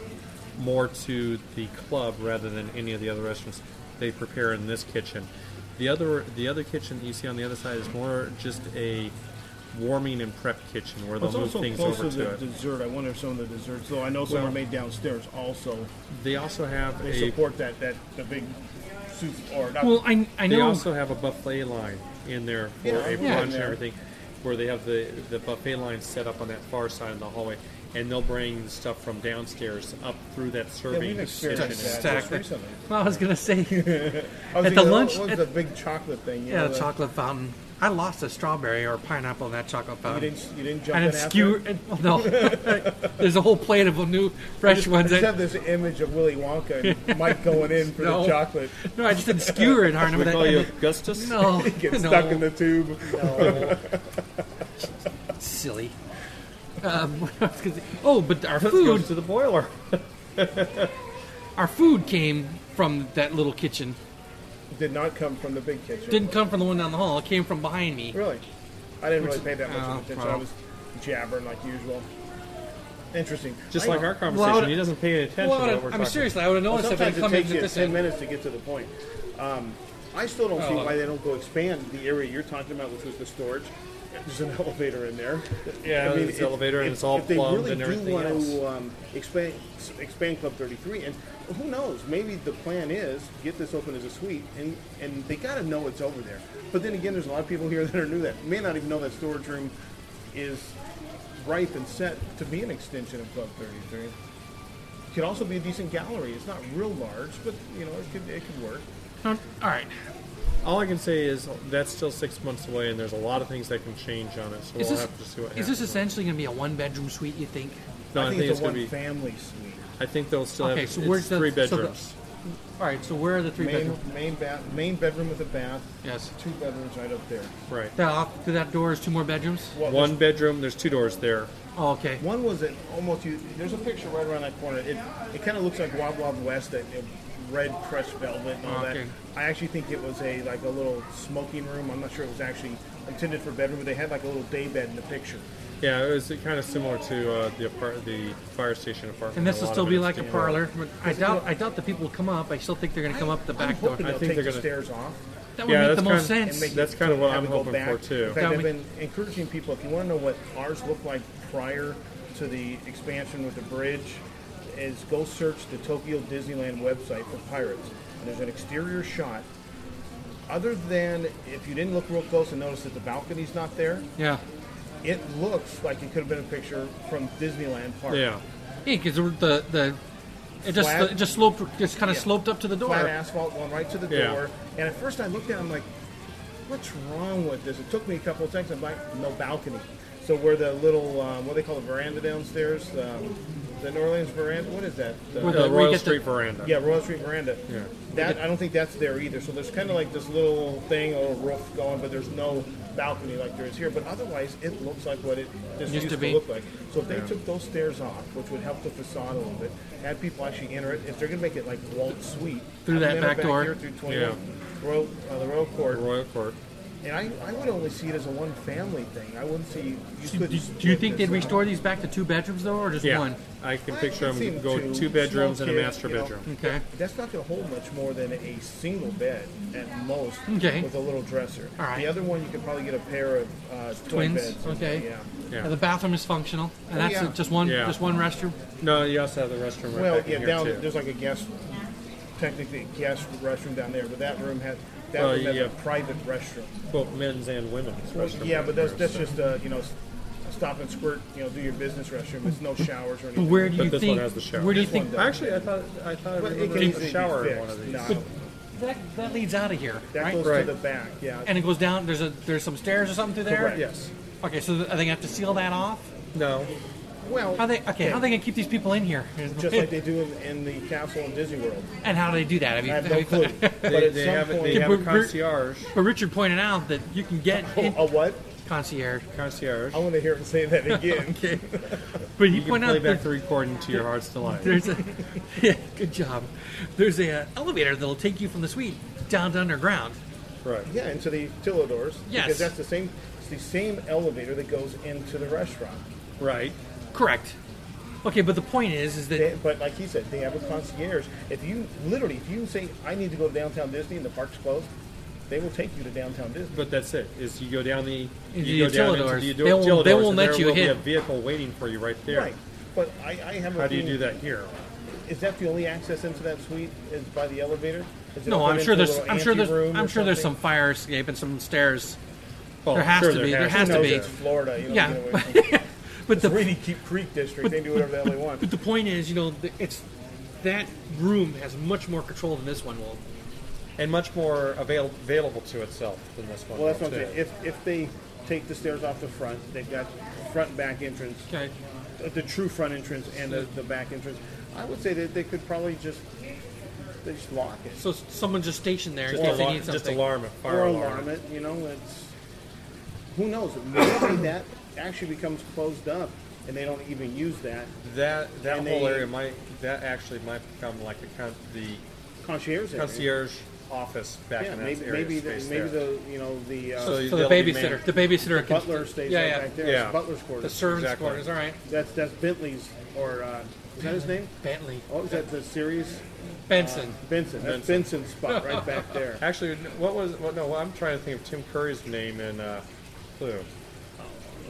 more to the club rather than any of the other restaurants they prepare in this kitchen. The other the other kitchen that you see on the other side is more just a warming and prep kitchen where they'll It's move also things close over to to the it. dessert. I wonder if some of the desserts, though I know some Well- are made downstairs. Also, They also have they a support that that the big soup or not. Well, I, I They know. also have a buffet line in there for Yeah, a I've brunch been and there. everything, where they have the, the buffet line set up on that far side of the hallway, and they'll bring stuff from downstairs up through that yeah, serving we've kitchen. experienced that Stack just that- recently. well, I was gonna say, I At the was thinking, what lunch- was at- the big chocolate thing. You yeah, know, the that- chocolate fountain. I lost a strawberry or pineapple in that chocolate You fountain. didn't, you didn't jump I in didn't after skewer. it? And, well, no, there's a whole plate of new fresh Just- ones. just That, have this image of Willy Wonka and Mike going in for No. the chocolate. no, I just didn't skewer it hard We enough. call that- you Augustus? no, Get no, stuck in the tube. no. silly. Um, what I was gonna say- oh, but our food, Goes to the boiler. our food came from that little kitchen. Did not come from the big kitchen. Didn't come from the one down the hall. It came from behind me. really. I didn't really pay that much Oh, attention. I well. was jabbering like usual. Interesting. Just I- like our conversation, Loud- he doesn't pay any attention Well, I to would've- what we're I'm talking seriously, I would have noticed if I sometimes had it come in takes you at this ten end. Oh, minutes to get to the point. Um, I still don't see why they don't go expand the area you're talking about, which was the storage. There's an elevator in there. Yeah, I mean, it's if- elevator and if- it's all if they plumbed really and everything do want else. to um, expand s- expand Club 33, and who knows? Maybe the plan is get this open as a suite, and and they got to know it's over there. But then again, there's a lot of people here that are new that may not even know that storage room is ripe and set to be an extension of Club 33. It could also be a decent gallery. It's not real large, but you know it could it could work. Um, all right. All I can say is that's still six months away, and there's a lot of things that can change on it, so Is we'll this, have to see is what happens. this essentially going to be a one bedroom suite? You think? no, I, think it's, a going to be. one-family suite. I think they'll still Okay, have so it's where's the- three so the- bedrooms. All right. So where are the three Main bedrooms? main bath main bedroom with a bath. Yes. Two bedrooms right up there. right. That off to that door is two more bedrooms. What was One bedroom. There's two doors there. Oh, okay. One was at almost you. There's a picture right around that corner. It, it kind of looks like Wob Wob West, that that red crushed velvet and all Okay. that. I actually think it was a like a little smoking room. I'm not sure it was actually intended for bedroom, but they had like a little day bed in the picture. Yeah, it was kind of similar to uh, the apart- the fire station apartment. And this will lot still of be it is like a different. parlor. but I doubt. I doubt the people will come up. I still think they're going to come up the I'm back door. hoping I they'll think take they're the gonna- stairs off. That would Yeah, make that's the most kinda- sense. and make That's it kind of what have I'm to go hoping for, back. too. In That fact, I've would- been encouraging people if you want to know what ours looked like prior to the expansion with the bridge, is go search the Tokyo Disneyland website for pirates. And there's an exterior shot. Other than if you didn't look real close and notice that the balcony's not there, Yeah. it looks like it could have been a picture from Disneyland Park. Yeah, Yeah, because the the it just Flat? it just sloped just kind of Yeah. sloped up to the door. flat asphalt going right to the Yeah. door. And at first I looked at it, I'm like, what's wrong with this? It took me a couple of seconds. I'm like, no balcony. So where the little um, what do they call the veranda downstairs, um, the New Orleans veranda. What is that? The- Where The we Uh, Royal get the- Street Veranda. yeah, Royal Street veranda. Yeah. That I don't think that's there either. So there's kind of like this little thing, a little roof going, but there's no balcony like there is here. But otherwise, it looks like what it just used, Used to, to be. look like. So if they took those stairs off, which would help the facade a little bit, had people actually enter it. If they're going to make it like Walt Suite Through I've that been back door. here through 20, Yeah. Royal, uh, the Royal Court, The Royal Court. and I, I would only see it as a one family thing. I wouldn't see you. Do, couldn't do- do you split think this they'd up. restore these back to two bedrooms though, or just Yeah, one? I can I picture can see them go two. two bedrooms Small and a kid, master you know. bedroom. Okay. That's not going to hold much more than a single bed at most Okay. with a little dresser. All right. The other one, you could probably get a pair of uh, twin Twins, beds. okay. Yeah. Yeah. And the bathroom is functional, and Oh, that's yeah. just one Yeah. just one restroom. No, you also have the restroom right Well, back in yeah, here down too. there's like a guest, technically a guest restroom down there, but that room has that Well, room has yeah. a private restroom. both men's and women's restroom. yeah, but down that's there, that's so- just uh, you know, s- stop and squirt. You know, do your business restroom. It's no showers or But anything. where do But you this think? one has the shower. Where do you This think one Actually, I thought I thought But it I remembered can there was easily a shower be in fixed. one of these. No, that, that leads out of here, that right? goes Right. to the back. Yeah. and it goes down. There's a there's some stairs or something through there. Correct. Yes. Okay, so th- are they gonna have to seal that off? No. well, How they okay? How are they gonna keep these people in here? just like they do in, in the castle in Disney World. and how do they do that? I mean, I have I no mean, clue. But They, at they some have a, point, they have a We're- we're- concierge. But Richard pointed out that you can get Oh, in- a what? concierge. Concierge. I want to hear him say that again. But he You can pointed play out back that the recording to your heart's delight. there's a yeah, good job. There's a uh, elevator that'll take you from the suite down to underground. Right. Yeah, into the Tilladors. Yes. Because that's the same. It's the same elevator that goes into the restaurant. Right. Correct. Okay, but the point is, is that They, but like he said, they have a concierge. If you literally, if you say I need to go to downtown Disney and the park's closed, they will take you to downtown Disney. But that's it. Is you go down the Into you go the down Utilidors. into the They won't- they Utilidors, won't and let there you will be hit. a vehicle waiting for you right there. Right. But I, I have. a How do you do feeling- that here? Is that the only access into that suite? Is by the elevator? Is it no, open I'm sure into a there's, little I'm sure there's, anteroom I'm or sure there's some something? fire escape and some stairs. Oh, There has sure to be. There has Who to knows? be. It's Florida. You know, Yeah. get away from it. But It's the Rainy Keep Creek District. they do whatever the hell they want. But the point is, you know, th- it's that room has much more control than this one will. and much more avail- available to itself than this one. Well, that's will, what I'm too. saying. If, if they take the stairs off the front, they've got front and back entrance, Okay. uh, the true front entrance and the, the back entrance. I would say that they could probably just they just lock it So s- someone just stationed there just, in case they alarm, need something. just alarm it, fire or alarm. alarm it. You know, it's who knows? Maybe that actually becomes closed up and they don't even use that That that And whole they- area might that actually might become like the con- the concierge area. concierge office back Yeah, in that maybe area maybe the, space maybe there. the you know the uh, So you- So the They'll be babysitter, manned. the babysitter, can- butler stays Yeah, right yeah. back there. Yeah. It's butler's The quarters. servants' Exactly. quarters. All right. that's that's Bentley's or uh, is that his name? Bentley, Oh, is that the series? Benson. Benson. That's Benson. Benson's spot right back there. Actually, what was well, no? I'm trying to think of Tim Curry's name in uh, Clue.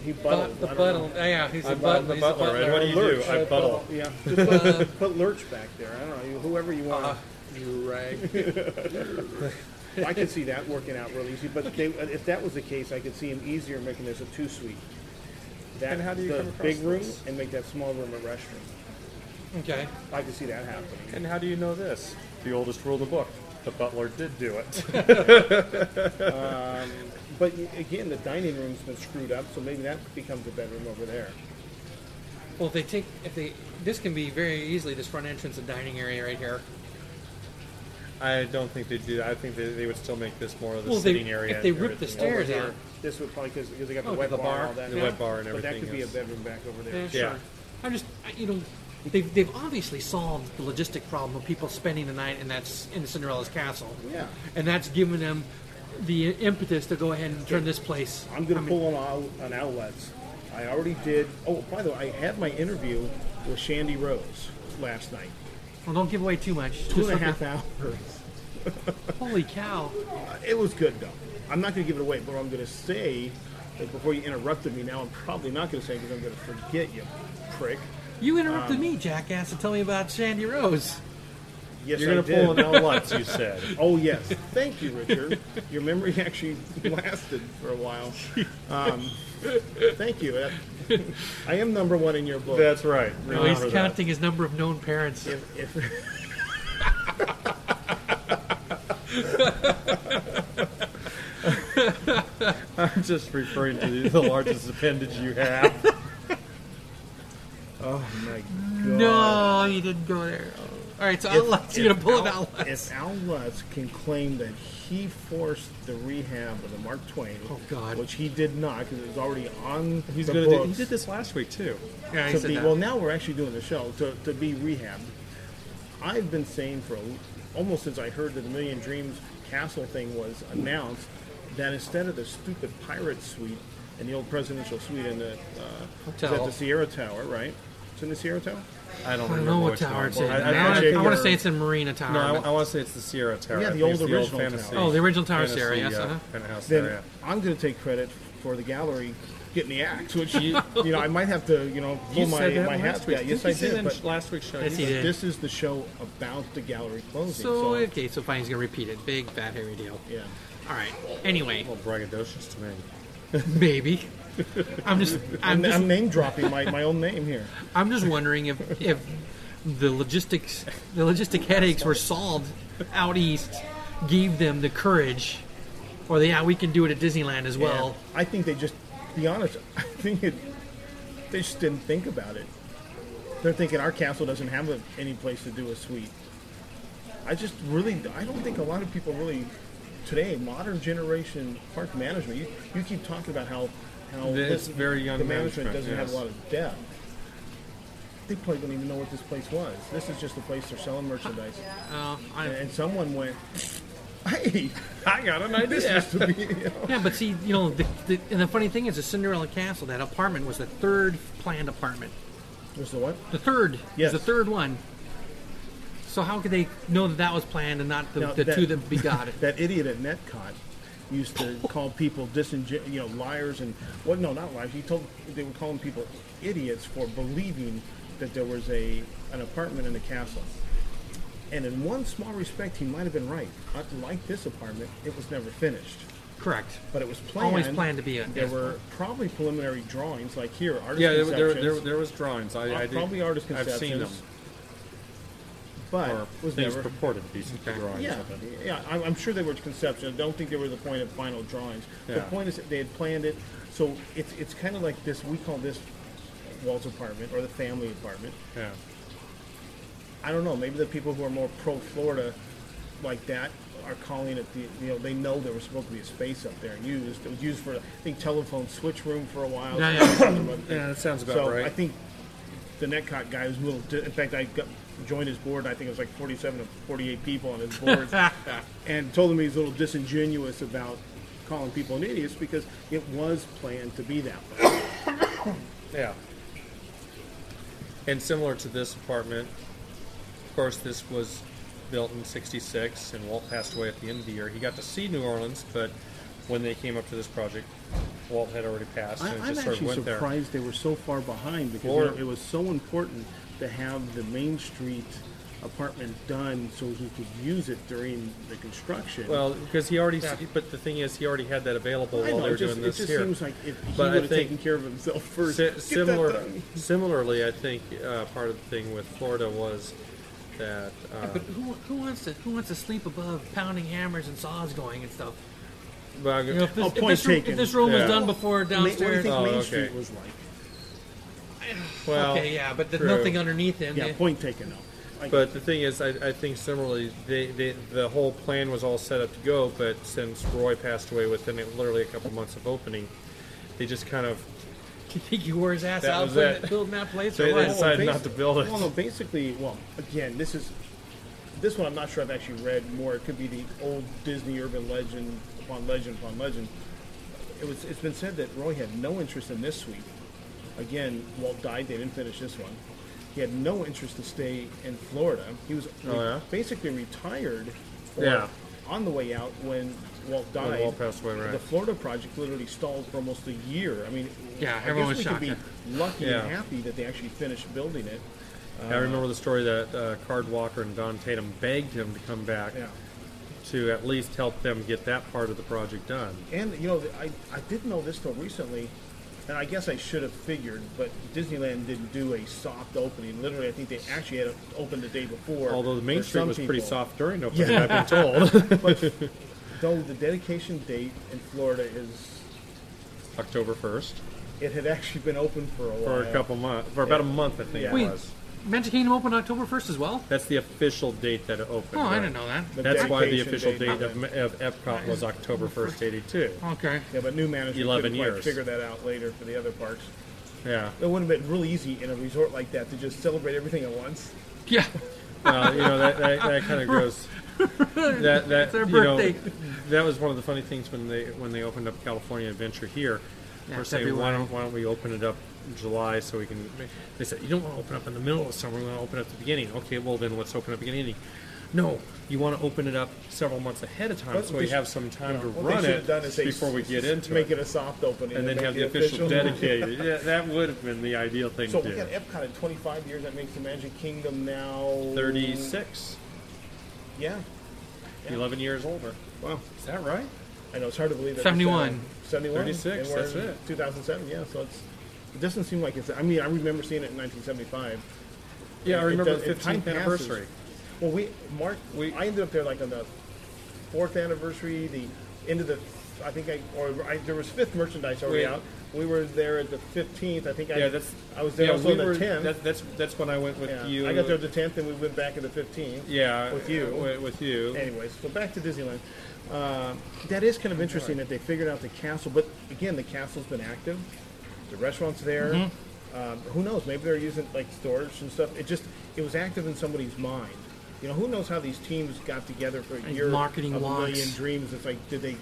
He But buttled. the I don't butler, know. yeah, yeah, he's I a bu- butler. the he's a butler, right? butler. What do you do? Lurch, I buttle. Yeah, just put, put Lurch back there. I don't know, you- whoever you want. Uh-huh. Uh, you rag. I could see that working out real easy. But they, if that was the case, I could see an easier making this a two suite. That And how do you the come across big room this? and make that small room a restroom. Okay. I could see that happening. And how do you know this? The oldest rule of the book: the butler did do it. But y- again, the dining room's been screwed up, so maybe that becomes a bedroom over there. Well, if they take, if they, this can be very easily this front entrance and dining area right here. I don't think they do. that. I think they, they would still make this more of the Well, they, sitting area. if they and rip the everything. Over stairs here, out, This would probably because they got the Oh, wet the bar, and bar, all that. the wet bar and But that could everything be a is- bedroom back over there. Yeah, Yeah. sure. I'm just, I- you know, they've, they've obviously solved the logistic problem of people spending the night in that's in Cinderella's castle. Yeah. And that's given them the impetus to go ahead and turn this place. I'm going to pull on, out, on outlets. I already did. Oh, by the way, I had my interview with Shandy Rose last night. Well, don't give away too much. Two Just and a let half hours. Uh, the- Holy cow! It was good, though. I'm not going to give it away, but what I'm going to say is before you interrupted me now, I'm probably not going to say because I'm going to forget you, prick. You interrupted me, jackass, to tell me about Sandy Rose. Yes, I You're going to pull did. an outlets, you said. Oh yes, thank you, Richard. Your memory actually lasted for a while. Um, thank you. That- I am number one in your book. That's right. Oh, he's Remember that. counting his number of known parents. if, if I I'm just referring to the, the largest appendage you have. Oh my god. No, you didn't go there. All right, so I'll let you to pull it out. If Al Lutz can claim that he forced the rehab of the Mark Twain, Oh, God. which he did not because it was already on He's the gonna. Do, he books did this last week too. Yeah, he to said be, that. well, now we're actually doing the show to, to be rehabbed. I've been saying for a, almost since I heard that the Million Dreams Castle thing was announced that instead of the stupid pirate suite in the old presidential suite in the uh, is that Hotel. the Sierra Tower, right? It's in the Sierra Tower. I don't, I don't remember know what which tower one. it's in. I, I- I- I- wanna- think I want you're- to say it's in Marina Tower. No, I, but- I want to say it's the Sierra Tower. Yeah, I the think old it's original fantasy. tower. Oh, the original tower, fantasy, Sierra, yes, uh, uh-huh. kind of house Then there, I'm going to take credit for the gallery getting the axe, which you, you know I might have to you know yeah. pull my, my hat. week. Yeah, yes, you I said did. in But last week's show. Yes, he you- did. this is the show about the gallery closing. so, So, okay, so fine, he's going to repeat it. Big, fat, hairy deal. yeah. All right. Anyway, A little braggadocious to me. maybe. I'm just, I'm I'm, just, I'm name dropping my, my own name here. I'm just wondering if, if the logistics, the logistic headaches were solved out east, gave them the courage, or the yeah, we can do it at Disneyland as well. And I think they just, to be honest, I think it, they just didn't think about it. They're thinking our castle doesn't have a, any place to do a suite. I just really, I don't think a lot of people really, today, modern generation park management, you, you keep talking about how, how The- it's very young the management, management, doesn't have a yes. lot of depth. They probably don't even know what this place was. This is just a place they're selling merchandise. Uh, I, And, and someone went, hey, I got an idea. this has to be, you know. Yeah, but see, you know, the, the, and the funny thing is, the Cinderella Castle, that apartment was the third planned apartment. There's the what? The third, Yes. yes. the third one. So how could they know that that was planned and not the, Now, the that- two that begot it? that idiot at Netcon used to call people disingen- you know, liars and what? no, not liars. He told they were calling people idiots for believing that there was a an apartment in the castle. And in one small respect, he might have been right. Unlike this apartment, it was never finished, Correct. but it was planned. Always planned to be a- There were probably preliminary drawings, like here, artist Yeah, there, there, conceptions, there, there was drawings. I, I did, probably artist I've conceptions. seen them. but Or was things never purported to be drawings. Yeah, of it. yeah. I'm, I'm sure they were conception. I don't think they were the point of final drawings. The Yeah. point is that they had planned it. So it's it's kind of like this. We call this Walt's apartment or the family apartment. Yeah. I don't know. Maybe the people who are more pro Florida, like that, are calling it the. You know, they know there was supposed to be a space up there used. It was used for I think telephone switch room for a while. Yeah, yeah. Yeah, that sounds about So right. I think the Netcot guy was a little. Di- in fact, I got, joined his board. and I think it was like 47 or 48 people on his board, and told him he was a little disingenuous about calling people an idiots because it was planned to be that way. yeah. And similar to this apartment, of course, this was built in '66, and Walt passed away at the end of the year. He got to see New Orleans, but when they came up to this project, Walt had already passed, I, and it I'm just sort of actually went there. surprised they were so far behind because Or- you know, it was so important to have the Main Street apartment done so he could use it during the construction. Well, because he already, Yeah. but the thing is, he already had that available I know, while they were it just, doing it this just here. seems like if he But I would have think taken care of himself first. Si- get that similar, done. similarly, I think uh, part of the thing with Florida was that uh, But who, who wants to who wants to sleep above pounding hammers and saws going and stuff? well, You know, if this, Oh, if point this room- taken. if this room Yeah. was done before Ma- What do you downstairs, uh, think Oh, Main okay. Street was like? well, okay, yeah, but there's true. nothing underneath him. Yeah, They- point taken though. Like, But the thing is, I, I think similarly, they, they, the whole plan was all set up to go, but since Roy passed away within it, literally a couple months of opening, they just kind of you think he wore his ass That out was putting- it. building that place? They- Or they what? decided not to build it. Well, no, basically, well, again, this is this one. I'm not sure I've actually read more. It could be the old Disney urban legend upon legend upon legend. It was. It's been said that Roy had no interest in this suite. Again, Walt died. They didn't finish this one. He had no interest to stay in Florida. He was Oh, yeah? basically retired. or Yeah. On the way out when Walt died. Walt passed away, right. The Florida project literally stalled for almost a year. I mean, Yeah, I everyone guess was we shocked, could yeah. be lucky Yeah. and happy that they actually finished building it. I remember the story that uh, Card Walker and Don Tatum begged him to come back Yeah. to at least help them get that part of the project done. And you know, I I didn't know this till recently, and I guess I should have figured, but Disneyland didn't do a soft opening. Literally, I think they actually had it opened the day before. Although the Main for Street some was pretty people. soft during opening, I've been told. Though the dedication date in Florida is October 1st, It had actually been open for a while. for a couple months, for about a month, I think Yeah. it Wait, was. Magic Kingdom opened October 1st as well? That's the official date that it Oh, opened. I right. didn't know that. The That's why the dedication official date yeah. of, of Epcot was October 1st, 82. Okay. Yeah, but new management 11 couldn't quite years. figure that out later for the other parks. Yeah. It would have been really easy in a resort like that to just celebrate everything at once. Yeah. Well, you know that that, that kind of goes. That that their you know, birthday. that was one of the funny things when they when they opened up California Adventure here. Yeah, we're saying why February. don't why don't we open it up July so we can? They said you don't want to open up in the middle of summer. We want to open up at the beginning. Okay, well then let's open up at the beginning. No, you want to open it up several months ahead of time But so they we sh- have some time to What they run should it have done is they before we s- get s- into make it, it a soft opening, and then make have it the official dedicated. yeah, that would have been the ideal thing So to we do. got Epcot at 25 years. That makes the Magic Kingdom now Thirty six. Yeah, 11 years older. wow. Is that right? I know it's hard to believe. That 71. Seventy one. 36, that's it. 2007. Yeah, so it's. It doesn't seem like it's. I mean, I remember seeing it in 1975. Yeah, I It remember does- the it- time 15th passes. anniversary. Well, we Mark. We- I ended up there like on the fourth anniversary, the end of the. I think I or I, there was fifth merchandise already Wait. out. We were there at the fifteenth. I think I. Yeah, that's. I was there yeah, also we on the were- tenth. That, that's that's when I went with yeah. you. I got there at the tenth, and we went back at the fifteenth. yeah, with you. wi- with you. Anyways, so back to Disneyland. Uh, that is kind of interesting that they figured out the castle, but again, the castle's been active. The restaurants there. Um, who knows? Maybe they're using like storage and stuff. It just it was active in somebody's mind. You know, who knows how these teams got together for a Like year marketing of a walks. million dreams? It's like, did they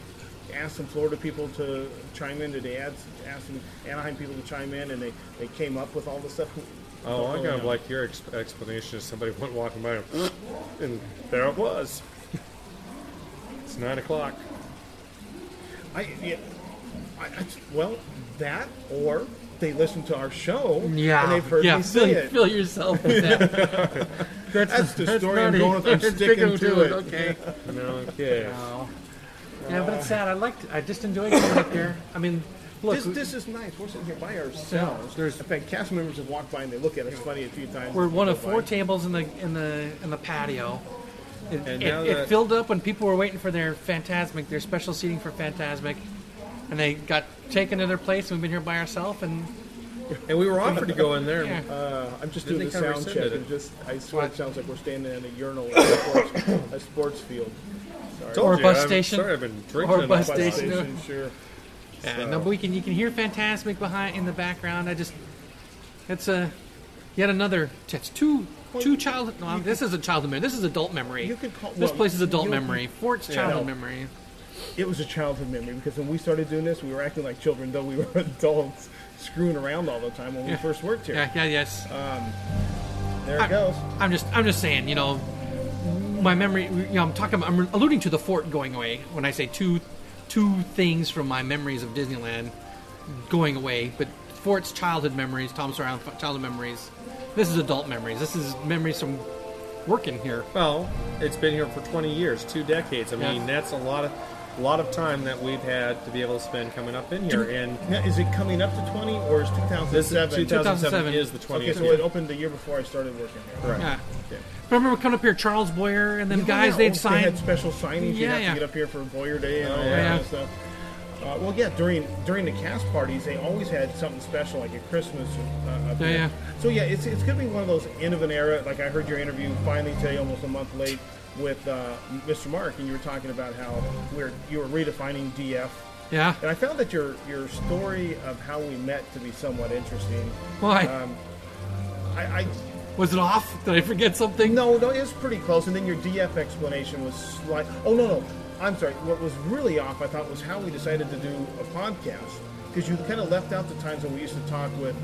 ask some Florida people to chime in? Did they ask, ask some Anaheim people to chime in? And they, they came up with all the stuff. Who- oh, I don't kind really of know. like your ex- explanation. Is somebody went walking by, and, and there it was. it's nine o'clock. I, yeah, I, I- well, that or they listen to our show Yeah. and they've heard yeah. me fill, say it. fill yourself with that. That's the story I'm not going it. with. I'm It's sticking bigger to it. Okay. No, okay. Yeah, but it's sad. I liked. I just enjoyed coming up here. I mean, look, This, this is nice. We're sitting here by ourselves. there's- In fact, cast members have walked by and they look at us funny a few times. we're as we one go of four by. tables in the in the in the patio. It, And it- now it that- filled up when people were waiting for their Fantasmic, their special seating for Fantasmic, and they got taken to their place. and We've been here by ourselves, and And we were offered to go in there. yeah, and Uh, I'm just doing Didn't they the kinda sound rescinded check. it? and just, I swear it What? sounds like we're standing in a urinal at a sports, a sports field. Told or you, bus I'm station. Sorry, I've been drinking. enough. bus Bus station. station, sure. yeah, no, but we can you can hear Fantasmic behind in the background. I just it's a yet another. It's two two childhood. No, this is a childhood memory. This is adult memory. You could call- this well, place is adult you- memory. Fort's childhood No. memory. It was a childhood memory because when we started doing this, we were acting like children, though we were adults screwing around all the time when we Yeah. first worked here. Yeah, yeah, yes. There it goes. I'm just I'm just saying, you know, my memory. You know, I'm talking. I'm alluding to the fort going away when I say two two things from my memories of Disneyland going away. But fort's childhood memories, Tom Sawyer Island childhood memories. This is adult memories. This is memories from working here. Well, it's been here for 20 years, two decades. I mean, Yeah. that's a lot of a lot of time that we've had to be able to spend coming up in here. And Now, is it coming up to 20 or is 2007? this is 2007 2007. is the 20th Okay, so year. it opened the year before I started working here. Right. Yeah. Okay. But I remember coming up here, Charles Boyer, and then guys Yeah, they'd They sign. had special signings. You'd Yeah, have yeah. to get up here for Boyer Day and all Oh, yeah. that kind of stuff. Uh, well, yeah, during during the cast parties, they always had something special, like at Christmas. Uh, up Yeah, there. yeah. So yeah, it's it's gonna be one of those end of an era. Like I heard your interview finally today, almost a month late, with uh, Mr. Mark, and you were talking about how we're you were redefining DF Yeah. and I found that your your story of how we met to be somewhat interesting. Why Um, I, I was it off? Did I forget something? no, no, it was pretty close. And then your DF explanation was slight. Oh no, no, I'm sorry. What was really off, I thought, was how we decided to do a podcast because you kind of left out the times when we used to talk with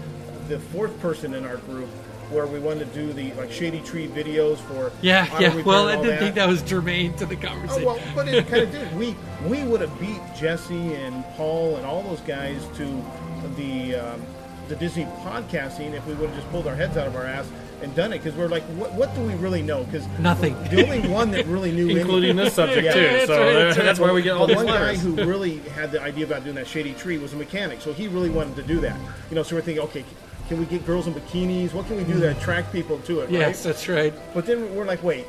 the fourth person in our group. Where we wanted to do the like shady tree videos for Yeah, auto yeah. repair Well, I and all didn't think that was germane to the Oh, conversation. well, but it kind of did. We we would have beat Jesse and Paul and all those guys to the um, the Disney podcasting if we would have just pulled our heads out of our ass and done it because we're like, what, what do we really know? Because Nothing. The only one that really knew, including anything- this subject Yeah, too. that's so right, that's right. that's why we get all the these one guy letters. who really had the idea about doing that shady tree was a mechanic, so he really wanted to do that. You know, so we're thinking, okay, can we get girls in bikinis? What can we do to attract people to it? Mm-hmm. yes, right? that's right. But then we're like, wait,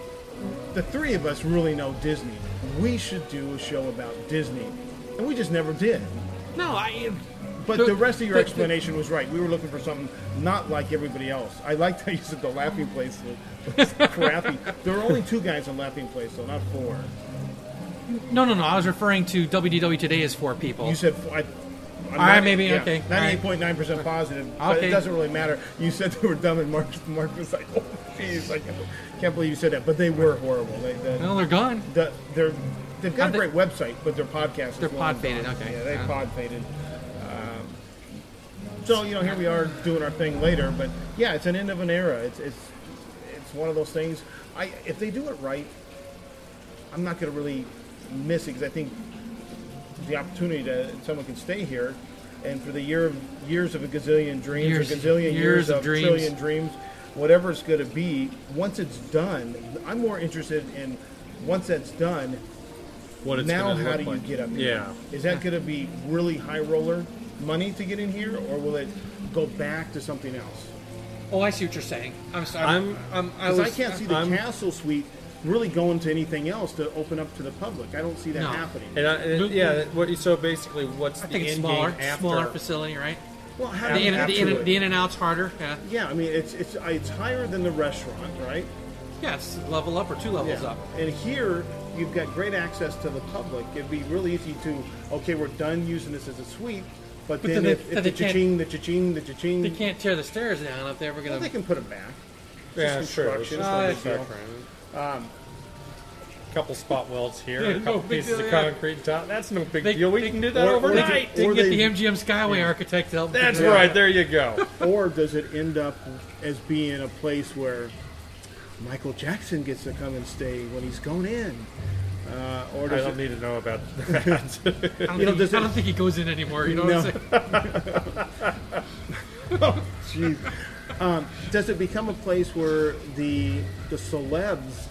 the three of us really know Disney. We should do a show about Disney. And we just never did. No, I. But So- the rest of your but- explanation was right. We were looking for something not like everybody else. I liked how you said the laughing place was crappy. There are only two guys in laughing place, though, not four. No, no, no. I was referring to WDW today as four people. You said four. I, I'm right, not- maybe, okay, all right. Ninety-eight point nine percent positive, but Okay. it doesn't really matter. You said they were dumb, and Mark, Mark was like, "Oh, jeez, I can't- can't believe you said that." But they were horrible. They, they, No, they're gone. the, they're they've got Are a they- great website, but their podcast. They're is long gone. pod-faded, okay. Yeah, they Yeah. pod faded. Um, so you know, here we are doing our thing later, but yeah, it's an end of an era. It's it's it's one of those things. I if they do it right, I'm not going to really miss it because I think the opportunity to someone can stay here. And for the year of years of a gazillion dreams, Years- a gazillion years, years of of, dreams. trillion dreams, whatever it's going to be, once it's done, I'm more interested in once that's done, What it's now gonna how look do you like. get up here? Yeah. Is that going to be really high roller money to get in here, or will it go back to something else? Oh, I see what you're saying. I'm sorry. I'm- I'm I, Because was, I can't see the I'm- castle suite really going to anything else to open up to the public. I don't see that No. happening. And, I, and Loop- yeah, what, so basically, what's I the think it's end smaller, game after? smaller facility, right? well, how The do you in, get the, to in, it? the in and out's harder. Yeah. yeah, I mean it's it's uh, it's higher than the restaurant, right? Yes, level up or two levels up. And here, you've got great access to the public. It'd be really easy to, okay, we're done using this as a suite, but, But then, then they- if, then if they the can't- cha-ching, the cha-ching, the cha-ching, They can't tear the stairs down if they were well, going they to. can put them back. Yeah, Just sure. it's construction. just Oh, a that's big fair. background. couple spot welds here, Yeah, and a couple no big pieces deal, of yeah. concrete and top. That's no big They- deal. We they- can do that or- or overnight. They can Or get they- the MGM Skyway architect to help. That's figure it right. out. There you go. Or does it end up as being a place where Michael Jackson gets to come and stay when he's gone in? Uh, or I does don't it, need to know about that. I don't, You think, know, does he, I it- don't think he goes in anymore. You know No. what I'm saying? Jeez. um, does it become a place where the the celebs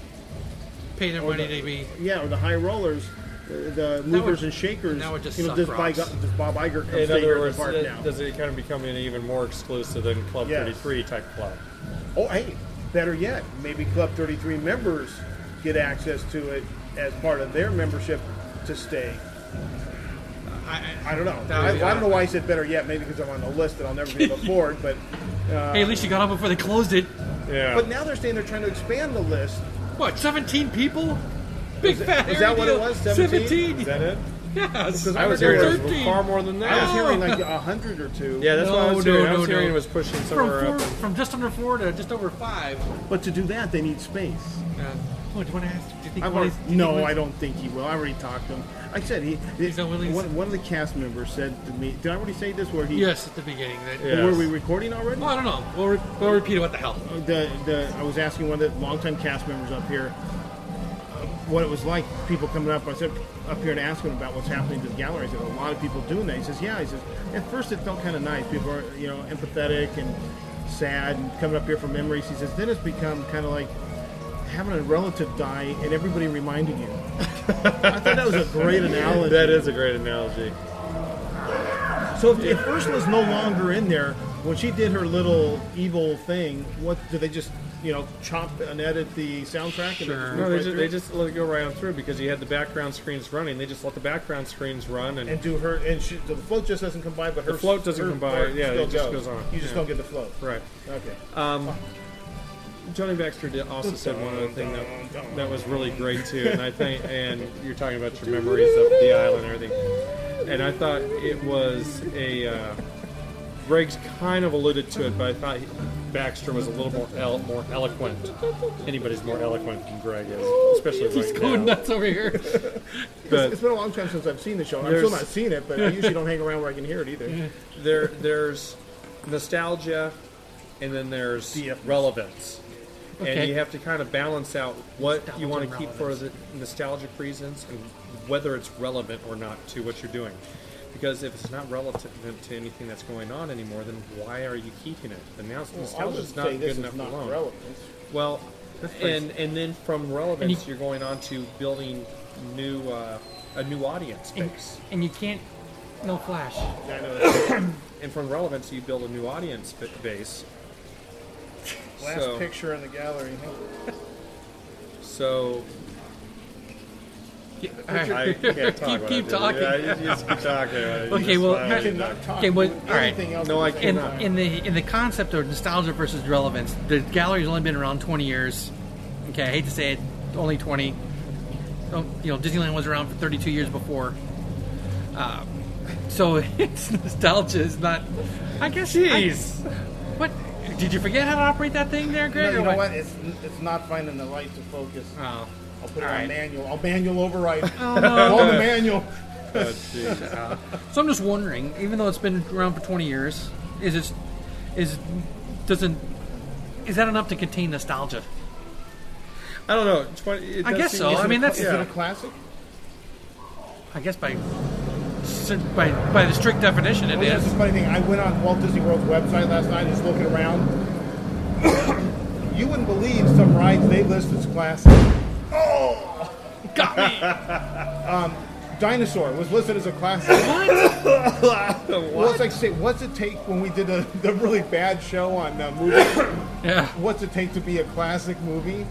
Pay their money to be. Yeah, or the high rollers, uh, the movers and shakers. that would just you know, suck does, rocks. Bob- does Bob Iger come in stay here other in words, the park uh, now? does it kind of become an even more exclusive than Club Yes. 33 type club? oh, hey, better yet, maybe Club 33 members get access to it as part of their membership to stay. I, I don't know. That I, would be I don't know why I said better yet. Maybe because I'm on the list and I'll never be able to afford. But I, hey, at least you got on before they closed it. Yeah. but now they're saying they're trying to expand the list. What? 17 people? Big it- fat. was area that what it deal. was, 17? is that it? Yes. Because I was remember hearing it there was 13. far more than that. I was Oh. hearing like a hundred or two. Yeah, that's what I was No, hearing. no, I was no, hearing no. it was pushing from, somewhere four, up. from just under four to just over five. But to do that, they need space. Uh, oh, do you want to ask? Do you think I've one already, of these- do you think no, one- I don't think he will. I already talked to him. I said he. He's not willing to- One, one of the cast members said to me, "Did I already say this? Where he? Yes, at the beginning. That, Yeah. Were Yes. we recording already? Well, I don't know. We'll, re- we'll repeat it. What the hell? The the I was asking one of the longtime cast members up here uh, what it was like. People coming up. I said up here to ask him about what's happening to the gallery. He said a lot of people doing that. He says, yeah. He says at first it felt kind of nice. People are you know empathetic and sad and coming up here for memories. He says then it's become kind of like having a relative die and everybody reminding you. I thought that was a great analogy. That is a great analogy. So if, if Ursula's no longer in there, when she did her little evil thing, what do they just you know chop and edit the soundtrack? And Sure. move No, right they just, through? they just let it go right on through because you had the background screens running. They just let the background screens run, and, and do her and she, the float just doesn't come by, but her The float doesn't her come by, part yeah, still it just goes on, You just yeah. don't get the float. right. Uh, Okay. Johnny Baxter did also said one other thing that that was really great too, and I think, and you're talking about your memories of the island and everything, and I thought it was a. Uh, Greg's kind of alluded to it, but I thought he- Baxter was a little more el- more eloquent. Anybody's more eloquent than Greg is, especially right He's going now. nuts over here. But- it's been a long time since I've seen the show. and I've There's- still not seen it, but I usually don't hang around where I can hear it either. there there's nostalgia and then there's The efforts. relevance Okay. and you have to kind of balance out what you want to Nostalgia keep for the nostalgic reasons and whether it's relevant or not to what you're doing because if it's not relevant to anything that's going on anymore then why are you keeping it the now I nostalgia would is not say good this enough is not alone relevant. well and and then from relevance you- you, are going on to building new uh, a new audience And, base and you can't. No flash. I know that. and from relevance you build a new audience ba- base Last So- picture in the gallery. So I can't talk Keep- about keep it. talking. Yeah, you just keep talking. Okay, well, I cannot talk Okay, well, about all right. anything else. no, I in, cannot. in the in the concept of nostalgia versus relevance, the gallery's only been around 20 years. Okay, I hate to say it, only 20. Oh, you know, Disneyland was around for 32 years before. Uh, so its nostalgia is not. I guess. I- Jeez. what did you forget how to operate that thing there, No, Greg? you or know what? It's it's not finding the light to focus. Oh. I'll put it all on right. manual. I'll manual override. Oh, no. Go on the manual. Oh, jeez. So I'm just wondering, even though it's been around for 20 years, is it is doesn't is that enough to contain nostalgia? I don't know. 20, it I does guess seem- so. I mean, that's Is Yeah. it a classic? I guess by by by the strict definition, it Well, is. that's the funny thing. I went on Walt Disney World's website last night, just looking around. you wouldn't believe some rides they list as classic. Got me. Dinosaur was listed as a classic. What? Well, it's like say, what's it take when we did a, the really bad show on uh, movie? Yeah. what's it take to be a classic movie?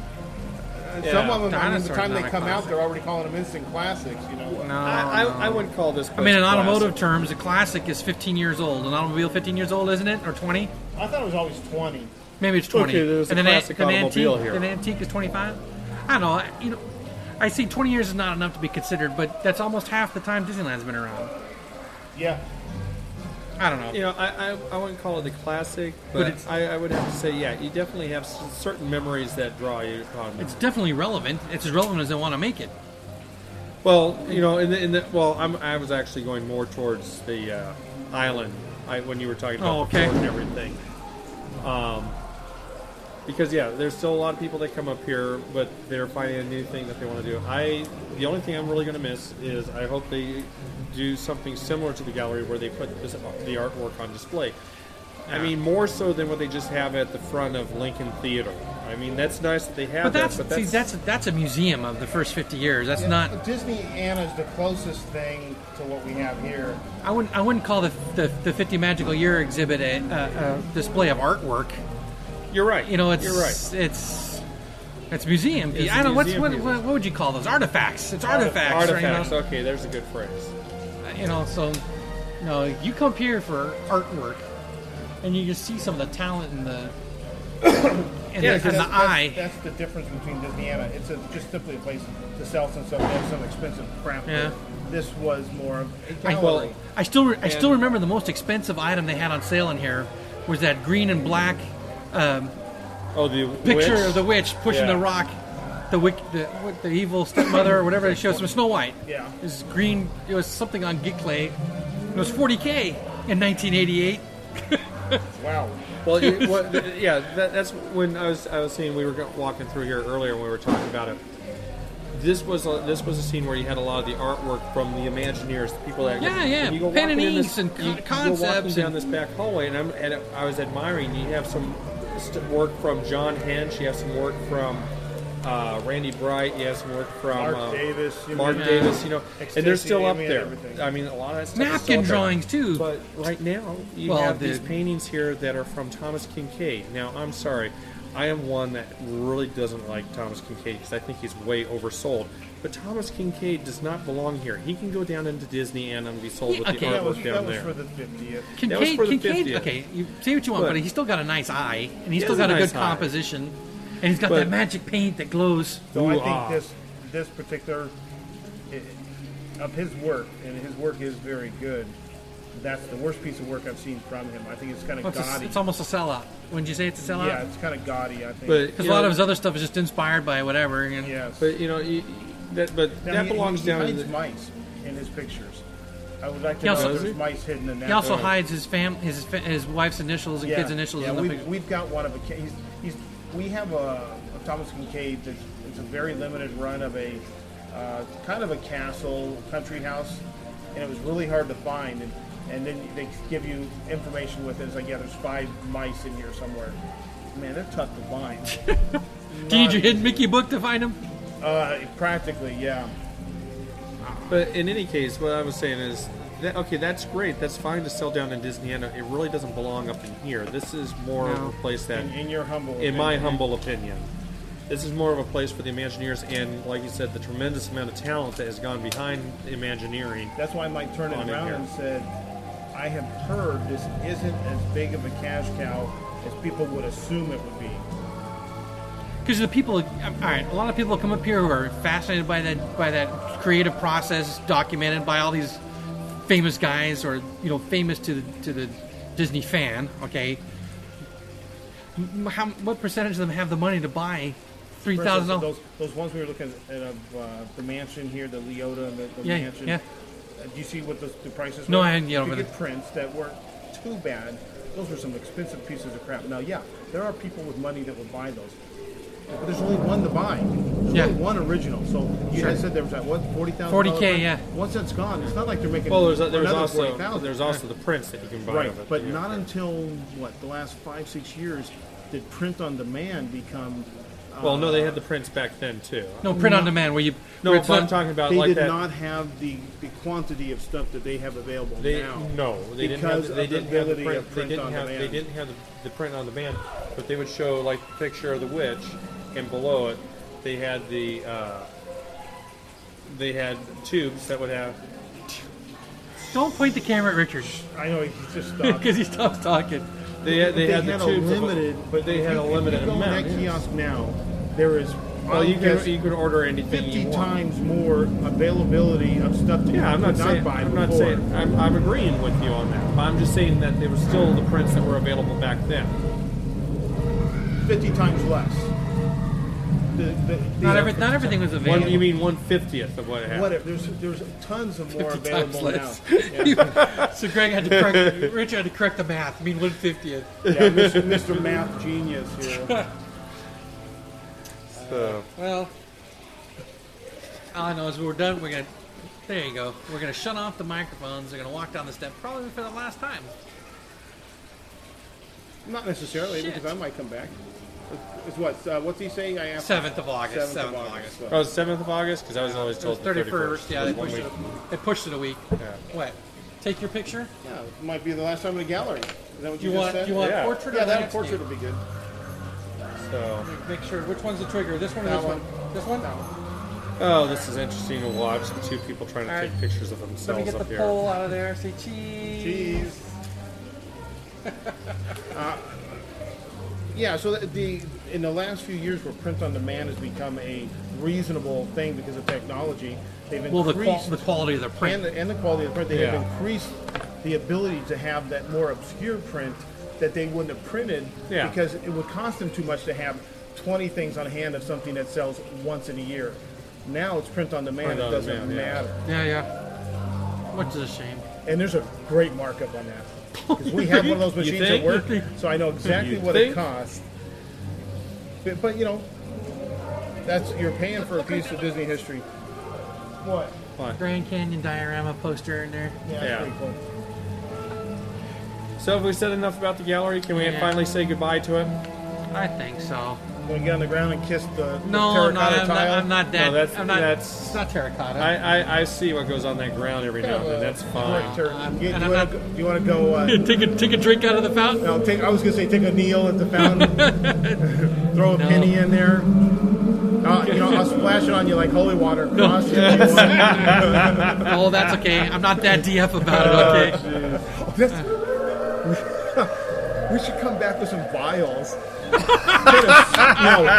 Uh, Yeah. Some of them, I mean, the Dinosaur's time they not a come out, classic. they're already calling them instant classics. You know. No. I, I, no. I wouldn't call this. I mean, in place automotive terms, a classic is 15 years old. An automobile 15 years old, isn't it, or 20? I thought it was always twenty. Maybe it's 20. Okay, there's a and classic an, automobile antique, here. An antique is 25. I don't know. I, you know, I see 20 years is not enough to be considered, but that's almost half the time Disneyland's been around. Yeah. I don't know. You know, I, I, I wouldn't call it the classic, But but, it's- I, I would have to say, yeah, you definitely have s- certain memories that draw you. upon It's definitely relevant. It's as relevant as they want to make it. Well, you know, in the, in the well, I'm, I was actually going more towards the uh, island I, when you were talking about Oh, the okay. fort and everything. Um, because yeah, there's still a lot of people that come up here, but they're finding a new thing that they want to do. I the only thing I'm really going to miss is I hope they do something similar to the gallery where they put this, the artwork on display. I mean, more so than what they just have at the front of Lincoln Theater. I mean, that's nice that they have But that's, that, but see, that's, that's that's a museum of the first 50 years. That's Yeah, not. Disney Anna is the closest thing to what we have here. I wouldn't. I wouldn't call the the, the 50 Magical Year exhibit a, a, a display of artwork. you're right. You know, it's you're right. it's it's museum. piece. It's I don't. know, What's museum what, pieces. what, what would you call those artifacts? It's artifacts. right? Artifacts. Okay, there's a good phrase. You know, so no, you come up here for artwork, and you just see some of the talent and the and Yeah, the, and the That's- eye. That's, that's the difference between Disney Anna. It's a, just simply a place to sell some stuff. They have some expensive crap. but Yeah. This was more of a I, gallery. I still re- I still remember the most expensive item they had on sale in here was that green and black um, Oh, the picture witch? of the witch pushing Yeah. the rock, the wick, the, what, the evil stepmother or whatever it shows from Snow White. Yeah. it was green. It was something on Geeklay. It was 40k in 1988. wow. Well, you, what, yeah, that, that's when I was I was saying we were go- walking through here earlier and we were talking about it. This was a, this was a scene where you had a lot of the artwork from the Imagineers, the people that Yeah, yeah, and you go pen and walking in inks this, and you, con- you go walking concepts down and- this back hallway, and I'm and I was admiring. You have some st- work from John Hench, you have some work from uh, Randy Bright, you have some work from Mark um, Davis, you Mark mean, uh, Davis, you know, and they're still up Extensione and there. everything. I mean, a lot of that stuff is still Napkin up there. drawings too. But right now, you Well, have the- these paintings here that are from Thomas Kincaid. Now, I'm sorry, I am one that really doesn't like Thomas Kincaid because I think he's way oversold. But Thomas Kincaid does not belong here. He can go down into Disney and um, be sold Yeah, with okay. the That That was, artwork that down was there. for the 50th. Kincaid, That was for the Kincaid 50th. okay, you say what you want, But- but, he's still got a nice eye, and He he's still has a got a, nice good eye. composition, and he's got But- that magic paint that glows. So I Ooh, think ah. this this particular i- of his work, and his work is very good. That's the worst piece of work I've seen from him. I think it's kind Well, of it's, a, gaudy. it's almost a sellout. Wouldn't you say it's a sellout? yeah, it's kind of gaudy. I think. But Because you a lot know- of his other stuff is just inspired by whatever. And yes. But you know, you, that but Now, that he- belongs he, down. He in hides the, mice in his pictures. I would like to He know also- if Does there's he? mice hidden in that. He also hides his fam, his fa- his wife's initials and Yeah, kids' initials Yeah, in the we've, picture. we've got one of a. ca- He's, he's, we have a, a Thomas Kincaid that's it's a very limited run of a uh, kind of a castle country house, and it was really hard to find. And, and then they give you information with it. It's like, yeah, there's five mice in here somewhere. Man, they're tough to find. Do you need your hidden Mickey book to find him? uh, practically, yeah. But in any case, what I was saying is, that, okay, that's great. That's fine to sell down in Disneyland. It really doesn't belong up in here. This is more of No. a place that, In, in your humble, in my opinion. humble opinion, This is more of a place for the Imagineers, and like you said, the tremendous amount of talent that has gone behind Imagineering. That's why Mike turned On it in around here. and said, I have heard this isn't as big of a cash cow as people would assume it would be. Because the people, all right, a lot of people come up here who are fascinated by that by that creative process documented by all these famous guys, or you know, famous to the to the Disney fan. Okay, M- how, what percentage of them have the money to buy three For instance, thousand dollars? Those, those ones we were looking at of uh, the mansion here, the Leota, the, the Yeah, mansion. yeah. Uh, do you see what the, the prices were? No, I hadn't yet You over get prints that weren't too bad. Those were some expensive pieces of crap. Now, yeah, there are people with money that would buy those. But there's only one to buy. There's Yeah. only one original. So you Sure. had said there was that what forty thousand. 40K, yeah. Once that's gone, it's not like they're making. Well, there's, there's another also 40,000. there's also the prints that you can buy. Right, of it, but yeah. not until what the last five six years did print on demand become. Well, no, they had the prints back then too. No, print on demand. Where you No, where but it's I'm not- talking about They like did that. not have the, the quantity of stuff that they have available they now. no, they didn't because have. the- They of the didn't have the ability print. of They print didn't on have. They demand. didn't have the, the print on demand, but they would show like the picture of the witch, and below it, they had the. Uh, they had tubes that would have. Don't point the camera at Richard I know he's just stopped. because he stops talking. They had. They, They had, had the a tubes, of- limited- but they had a If limited you go in amount. that yes. kiosk now, there is Well, you guess, could you could order anything you fifty want. times more availability of stuff that Yeah, I'm you not could saying. buy I'm before. not saying. I'm, I'm agreeing with you on that. But I'm just saying that there were still the prints that were available back then. fifty times less. The, the, the Not every, not everything was available. One, you mean one fiftieth of what happened? Whatever. There's there's tons of more 50 times available less. now. so Greg had to correct. Richard had to correct the math. I mean, one fiftieth. Yeah, Mr. Mr. Math Genius here. So, Well, all I know is we're done. We're gonna. There you go. We're gonna shut off the microphones. They're gonna walk down the step, probably for the last time. Not necessarily, Shit. because I might come back. It's what? Uh, what's he saying? I asked. Seventh of August. Seventh Seventh of August. Well, oh, seventh of August because I was always It was told the thirty first. Yeah, they was one pushed it. week. They pushed it a week. Yeah. What? Take your picture. Yeah, it might be the last time in a gallery. Is that what You you, just want? said? You want Yeah. portrait yeah, or the that next portrait would be good. So, name? Make sure which one's the trigger. This one or That this one? one. This one. oh, this is interesting to watch. The two people trying to All take right. pictures of Let me themselves get the up here. pole out of there. Say cheese. Jeez. Uh, Yeah, so the- the in the last few years, where print on demand has become a reasonable thing because of technology, they've increased Well, the, qual- the quality of the and print. the, and the quality of the print. They have Yeah. increased the ability to have that more obscure print that they wouldn't have printed Yeah. because it would cost them too much to have 20 things on hand of something that sells once in a year. Now it's print on demand. Print it on doesn't demand, yeah. matter. yeah, yeah. Which is a shame. And there's a great markup on that. Because we have one of those You machines think? at work, You think? so I know exactly You what it think? costs. But, but, you know, that's you're paying for a piece of Disney history. What? Grand Canyon diorama poster in there. Yeah, Yeah. that's pretty cool. So, have we said enough about the gallery? Can we Yeah. finally say goodbye to it? I think so. When you get on the ground and kiss the, the No, terracotta I'm not, I'm tile. not. I'm not that. No, that's- I'm not. that's- it's not terracotta. I, I, I see what goes on that ground every now and then. That's fine. Great turn. I'm- you, and I'm not- you want to go? Uh, take a take a drink out of the fountain. no, take, I was gonna say take a kneel at the fountain, throw a penny in there. Uh, you know, I'll splash it on you like holy water. Cross it if you want. Oh, that's okay. I'm not that DF about it. Okay. That's, Uh. we should come back with some vials. Get a- you know,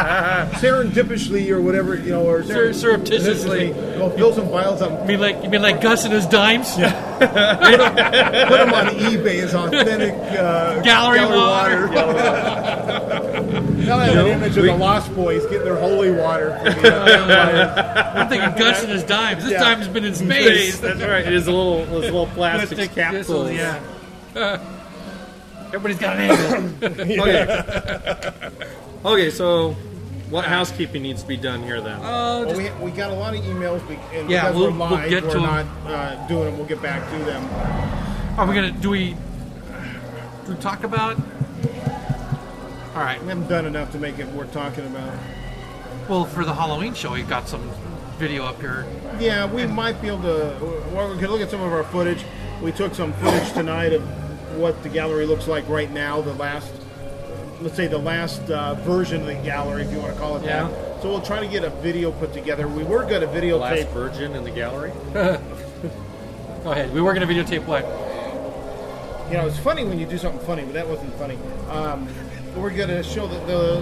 serendipishly or whatever, you know, or Sur- surreptitiously. Go fill some vials up. You mean like you mean like Gus and his dimes? Yeah. Put them on eBay as authentic uh, Gallery water. now I have an image of the Lost Boys getting their holy water. From the, uh, I'm thinking Gus and his dimes. This Yeah. dime has been in Yes, space. That's right. It is a little, it's a little plastic, Plastic capsule. missiles, Yeah. Everybody's got an angle. Okay. okay. So, what housekeeping needs to be done here then? Oh, Well, just- we, we got a lot of emails, be- and Yeah, because we'll- we're we'll live, get we're to 'em. not uh, doing them. We'll get back to them. are we gonna do we do we talk about? All right. We haven't done enough to make it worth talking about. Well, for the Halloween show, we got some video up here. Yeah, we might be able to. Well, we could look at some of our footage. We took some footage tonight of what the gallery looks like right now. The last let's say the last uh, version of the gallery, if you want to call it Yeah. that. So we'll try to get a video put together. We were going to The last videotape. virgin in the gallery. Go ahead. We were going to videotape what? You know, it's funny when you do something funny, but that wasn't funny. Um, we're going to show the, the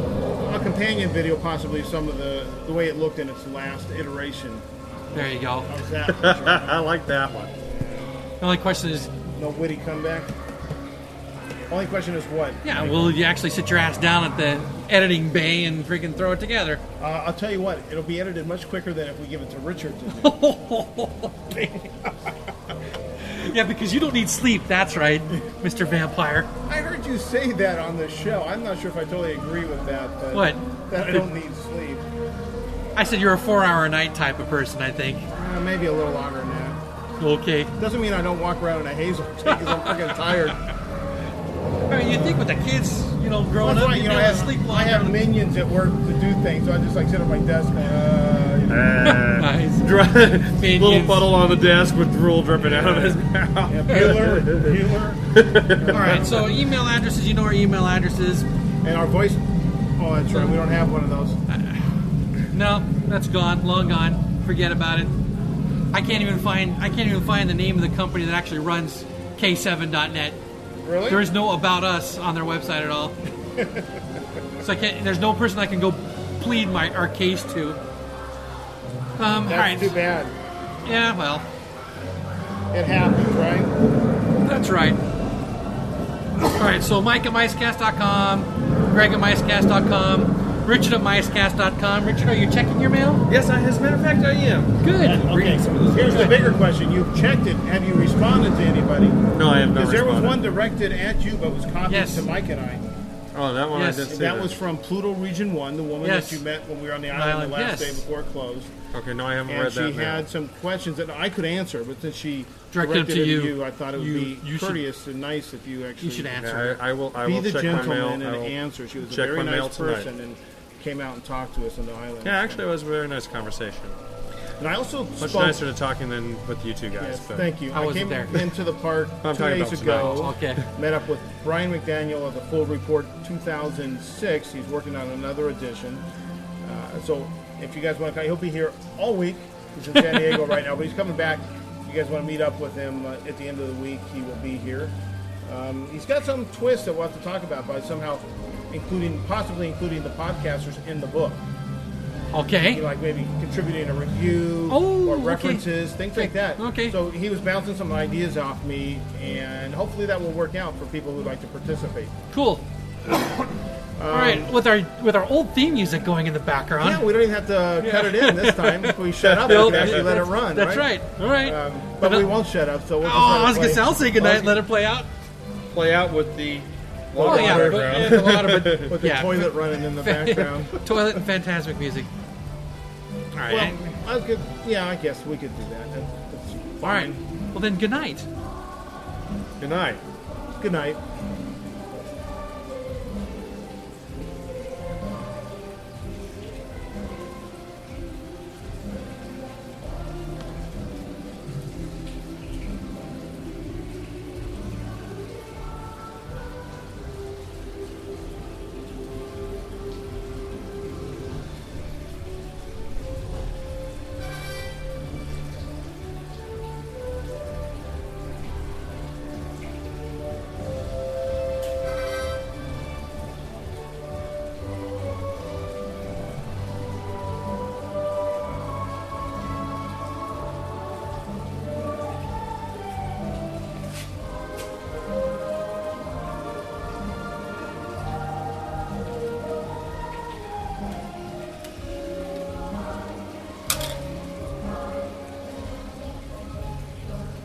a companion video, possibly some of the the way it looked in its last iteration. There you go. How's that? Sure. I like that one. The only question is, no witty comeback. Only question is what? yeah, will you actually sit your ass down at the editing bay and freaking throw it together? Uh, I'll tell you what, it'll be edited much quicker than if we give it to Richard to do. Yeah, because you don't need sleep. That's right, Mr. Vampire. I heard you say that on the show. I'm not sure if I totally agree with that, but What? that I don't need sleep. I said you're a four-hour a night type of person. I think. Uh, maybe a little longer than that. Okay. Doesn't mean I don't walk around in a hazel because I'm freaking tired. I mean, you think with the kids, you know, growing That's up, why, you, you know, I never have, sleep I longer. have than- minions at work to do things, so I just like sit at my desk. Uh, you know, Nice. Little puddle on the desk with drool dripping out of his mouth. yeah, Bueller, Bueller. All All right. right, So email addresses. You know our email addresses. and our voice. Oh, that's right. We don't have one of those. No, that's gone. Long gone. Forget about it. I can't even find. I can't even find the name of the company that actually runs K7.net. Really? There is no about us on their website at all. so I can't. There's no person I can go plead my our case to. Um, all That's right. too bad. Yeah. Well. It happens, right? That's right. All right, so Mike at MiceCast.com, Greg at MiceCast.com, Richard at MiceCast.com. Richard, are you checking your mail? Yes, I, as a matter of fact, I am. Good. Okay. Here's the bigger question: You've checked it. Have you responded to anybody? No, I have not. Because there was responded. one directed at you, but was copied Yes. to Mike and I. Oh, that one Yes. I did see. That was from Pluto Region One, the woman Yes. that you met when we were on the island, Island, the yes. last day before it closed, okay. No, I haven't and read she that. now. had some questions that I could answer, but since she Directed directed them to it you. I thought it would You- be you should- courteous and nice if you actually You should answer. Yeah, I, I will. I be will the check my mail. gentleman and I will- answer. She was a check very my mail nice tonight. person and came out and talked to us on the island. Yeah, actually, it was a very nice conversation. and I also Much spoke nicer to talking than with you two guys. Yes, but thank you. I I, wasn't came there. into the park I'm two talking days about ago. tonight. Okay. Met up with Brian McDaniel of the Full Report 2006. He's working on another edition. Uh, so if you guys want to, he'll be here all week. He's in San Diego right now, but he's coming back. If you guys want to meet up with him uh, at the end of the week, he will be here. Um, he's got some twist that we'll have to talk about, but somehow including, possibly including the podcasters in the book. You know, Okay. like maybe contributing a review Oh, or okay. references, things like that. Okay. So he was bouncing some ideas off me, and hopefully that will work out for people who'd like to participate. Cool. Um, All right, with our with our old theme music going in the background. Yeah, we don't even have to cut it in this time. If we shut up, we Bill, can actually let it that's- run. That's right. All right. Um, but we won't shut up, so we'll oh, just let it I was gonna play. say I'll say goodnight. Let it play out. Play out with the. Oh Well, yeah, water but, yeah, the water, but With the yeah. toilet running in the background. toilet and fantastic music. All right. well, I could, yeah, I guess we could do that. That's, that's All right. fine. Well then, good night. Good night. Good night.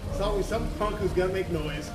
There's always some punk who's gonna make noise.